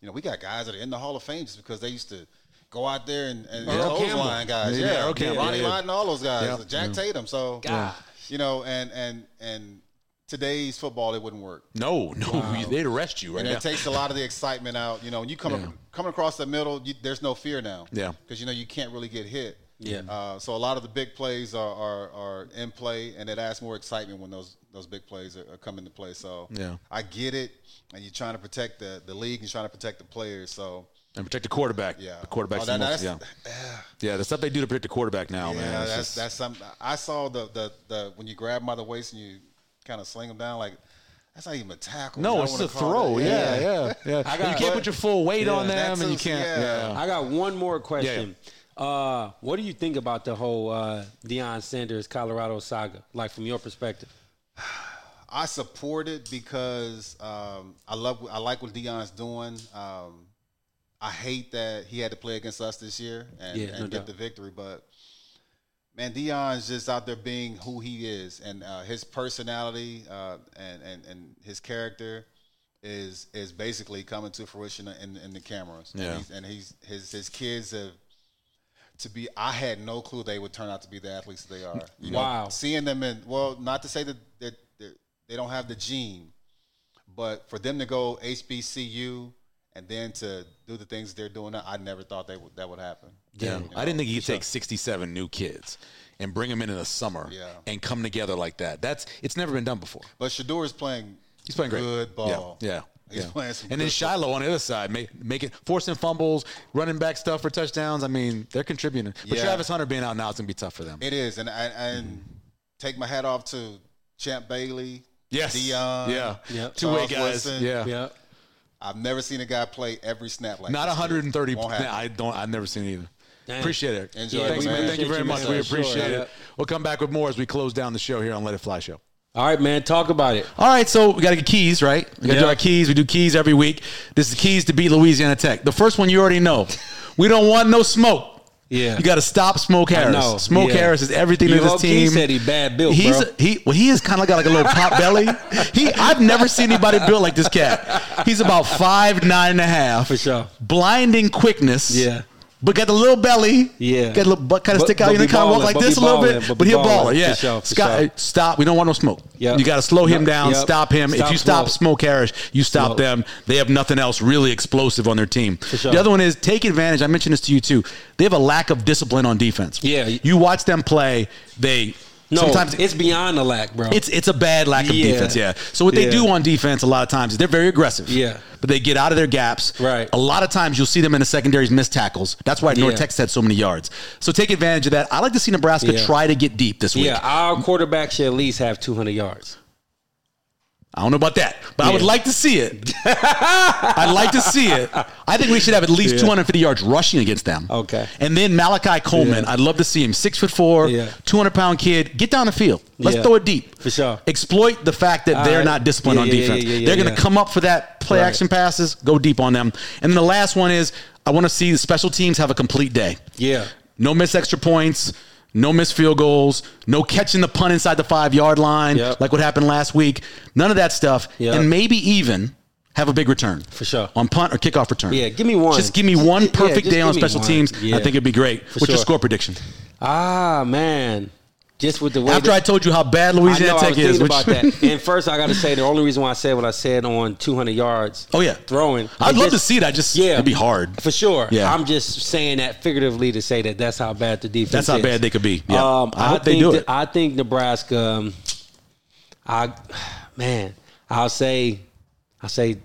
F: you know we got guys that are in the Hall of Fame just because they used to. Go out there and, and
B: Earl
F: those
B: Campbell.
F: line guys,
B: Yeah,
F: yeah,
B: Earl Campbell,
F: Ronnie
B: yeah, yeah.
F: Lott and all those guys,
B: Yeah.
F: Jack
B: Yeah.
F: Tatum. So,
A: God.
F: you know, and and and today's football, it wouldn't work
B: No, no, you- they'd arrest you right
F: and
B: now.
F: it takes a lot of the excitement out. You know, when you come
B: Yeah.
F: coming across the middle, you, there's no fear now.
B: Yeah.
F: because you know you can't really get hit.
A: Yeah.
F: Uh, so a lot of the big plays are, are are in play, and it adds more excitement when those those big plays are, are come into play. So
B: Yeah.
F: I get it, and you're trying to protect the the league, and trying to protect the players. So
B: and protect the quarterback.
F: Yeah.
B: the quarterback's
F: Oh, that-
B: the most, yeah,
F: that's-
B: yeah. The stuff they do to protect the quarterback now, Oh, man.
F: yeah,
B: it's
F: that's
B: just-
F: that's something. I saw the the the when you grab them by the waist and you kind of sling them down like. That's not even a tackle.
B: no,
F: I
B: it's
F: wanna
B: a
F: call
B: throw.
F: it-
B: Yeah, yeah, yeah.
A: I
B: And
A: got-
B: you can't
A: but-
B: put your full weight on
F: that
B: them, and you
F: too,
B: can't.
F: yeah.
B: yeah.
A: I got one more question. Uh, what do you think about the whole uh, Deion Sanders Colorado saga? Like from your perspective,
F: I support it because um, I love I like what Dion's doing. Um, I hate that he had to play against us this year and,
A: Yeah,
F: and
A: no
F: get
A: doubt.
F: the victory, but man, Dion's just out there being who he is, and uh, his personality uh, and, and and his character is is basically coming to fruition in, in the cameras.
B: Yeah.
F: and he's, and he's his his kids have. To be, I had no clue they would turn out to be the athletes they are. You know,
A: Wow.
F: seeing them in well, not to say that that that they don't have the gene, but for them to go HBCU and then to do the things they're doing, I never thought they would, that would happen.
B: Yeah. I didn't think you could take 67 new kids and bring them in in the summer
F: Yeah.
B: and come together like that. That's it's never been done before.
F: But Shador is playing.
B: He's playing great.
F: Good ball.
B: Yeah. yeah.
F: He's
B: yeah.
F: playing some.
B: and then
F: good
B: Shiloh on the other side, make, making forcing fumbles, running back stuff for touchdowns. I mean, they're contributing. But
F: Yeah.
B: Travis Hunter being out now, it's gonna be tough for them.
F: It is, and I, and take my hat off to Champ Bailey.
B: yes,
F: Dion.
B: yeah,
A: Yep.
B: two way
F: Charles
B: guys,
F: Woodson.
B: yeah.
A: yeah.
F: I've never seen a guy play every snap like
B: Not
F: this kid.
B: 130.
F: Won't happen.
B: I don't. I've never seen it either. Appreciate it.
F: Enjoy
B: Thanks,
F: it,
B: man.
F: man.
B: Thank you very much. We
A: Appreciate you, man.
B: appreciate
A: Sure.
B: it. We'll come back with more as we close down the show here on Let It Fly Show.
A: All right, man. Talk about it.
B: All right, so we got to get keys, right? We got to do
A: Yeah.
B: our keys. We do keys every week. This is the keys to beat Louisiana Tech. The first one you already know. We don't want no smoke.
A: Yeah.
B: you got to stop Smoke Harris.
A: know,
B: Smoke
A: yeah.
B: Harris is everything
A: You
B: to this
A: low-key
B: team.
A: said he bad built,
B: He's
A: bro.
B: a- he well, he is kind of got like a little pot belly. He I've never seen anybody built like this cat. He's about five nine and a half
A: For sure.
B: Blinding quickness.
A: Yeah.
B: But got the little belly,
A: Yeah.
B: got a little butt kind of
A: But-
B: stick out,
A: but
B: you know,
A: be
B: kind of walk
A: ballin',
B: like
A: but
B: this a
A: be
B: little
A: ballin',
B: bit.
A: but
B: But
A: be
B: he'll ball
A: ballin',
B: it, yeah.
A: for sure, for
B: Scott,
A: sure.
B: uh, stop. We don't want no smoke.
A: Yep.
B: You got to slow him
A: Yep,
B: down.
A: yep.
B: Stop him. if
A: Stop
B: you stop
A: smoke.
B: Smoke Harris, you stop
A: Smoke.
B: them. They have nothing else really explosive on their team.
A: sure.
B: The other one is take advantage. I mentioned this to you too. They have a lack of discipline on defense.
A: Yeah.
B: You watch them play. They
A: No,
B: sometimes
A: it's beyond the lack, bro.
B: it's it's a bad lack of
A: Yeah.
B: defense. Yeah. So what they
A: Yeah.
B: do on defense a lot of times is they're very aggressive.
A: Yeah.
B: But they get out of their gaps.
A: Right.
B: A lot of times you'll see them in the secondaries miss tackles. That's why North
A: Yeah.
B: Texas had so many yards. So take advantage of that. I like to see Nebraska
A: Yeah.
B: try to get deep this week.
A: yeah, our quarterback should at least have 200 yards.
B: I don't know about that, but I would
A: Yeah.
B: like to see it. I'd like to see it. I think we should have at least 250 yards rushing against them.
A: Okay.
B: And then Malachi Coleman, I'd love to see him. Six foot four,
A: Yeah.
B: 200 pound kid. Get down the field. Let's
A: Yeah.
B: throw it deep.
A: For sure.
B: Exploit the fact that they're
A: right.
B: not disciplined
A: Yeah,
B: on
A: yeah, yeah,
B: defense.
A: yeah, yeah,
B: they're going to
A: yeah.
B: come up for that play
A: Right.
B: action passes, go deep on them. And then the last one is I want to see the special teams have a complete day.
A: Yeah.
B: No miss extra points. No missed field goals. No catching the punt inside the five yard line,
A: Yep.
B: like what happened last week. None of that stuff.
A: Yep.
B: And maybe even have a big return for
A: sure.
B: on punt or kickoff return.
A: Yeah, give me one.
B: Just give me one
A: Yeah,
B: perfect
A: just
B: day
A: give
B: on
A: me
B: special
A: one.
B: teams.
A: Yeah.
B: I think it'd be great. What's your
A: sure.
B: score prediction?
A: Ah, man. Just with the way
B: After I
A: that-
B: told you how bad
A: I know
B: Louisiana
A: I
B: Tech
A: was
B: is,
A: thinking
B: which-
A: about that. And first, I got to say the only reason why I said what I said on 200 yards.
B: oh yeah,
A: throwing.
B: I'd
A: It
B: love to
A: just-
B: see that. Just
A: Yeah,
B: it'd be hard.
A: for sure.
B: Yeah.
A: I'm just saying that figuratively to say that that's how bad the defense.
B: That's how
A: is.
B: bad they could be. Yeah,
A: Um,
B: I
A: I,
B: hope
A: think
B: they do
A: that-
B: it.
A: I think Nebraska. Um, I man, I'll say, I say,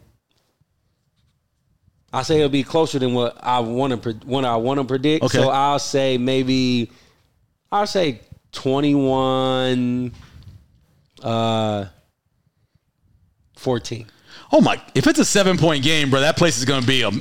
A: I say it'll be closer than what I want to what I want to predict.
B: Okay.
A: So I'll say maybe, I'll say twenty one, uh, fourteen.
B: Oh my! If it's a seven point game, bro, that place is going to be a.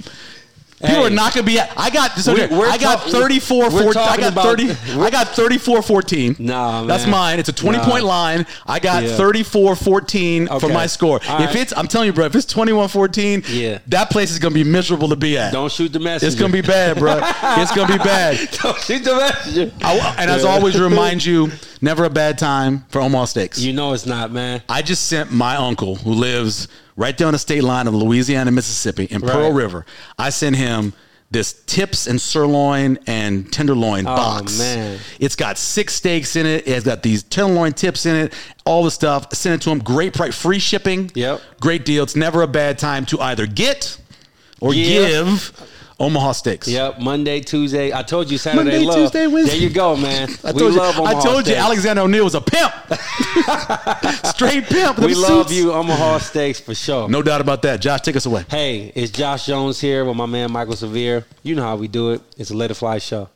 B: People
A: Hey.
B: are not going to be. At, I got. So
A: We're- we're
B: I got
A: talk-
B: 34
A: we're
B: 14. I
A: talking
B: got
A: about-
B: 30. I got 34 14.
A: Nah,
B: That's
A: man.
B: mine. It's a 20
A: Nah.
B: point line. I got
A: Yeah.
B: 34 14 for
A: Okay.
B: my score.
A: All
B: If
A: right.
B: it's, I'm telling you, bro, if it's 21 14,
A: Yeah.
B: that place is going to be miserable to be at.
A: Don't shoot the messenger.
B: it's going to be bad, bro. it's going to be bad.
A: Don't shoot the messenger.
B: I- and as always, remind you never a bad time for Omaha Steaks.
A: You know it's not, man.
B: I just sent my uncle who lives right down the state line of Louisiana, Mississippi, in Pearl
A: Right.
B: River. I sent him this tips and sirloin and tenderloin box.
A: Oh, man.
B: It's got six steaks in it. It's got these tenderloin tips in it, all the stuff. I sent it to him. Great price, free shipping.
A: Yep.
B: Great deal. It's never a bad time to either get or
A: Yeah.
B: give Omaha Steaks.
A: Yep, Monday, Tuesday. I told you Saturday
B: Monday,
A: love.
B: Tuesday, Wednesday.
A: There you go, man.
B: I
A: we
B: told you,
A: love Omaha
B: I told you
A: Steaks.
B: Alexander O'Neill was a pimp. Straight pimp.
A: We
B: Them
A: love
B: suits.
A: you, Omaha Steaks, for sure.
B: No doubt about that. Josh, take us away.
A: Hey, it's Josh Jones here with my man Michael Severe. You know how we do it. It's a Let It Fly show.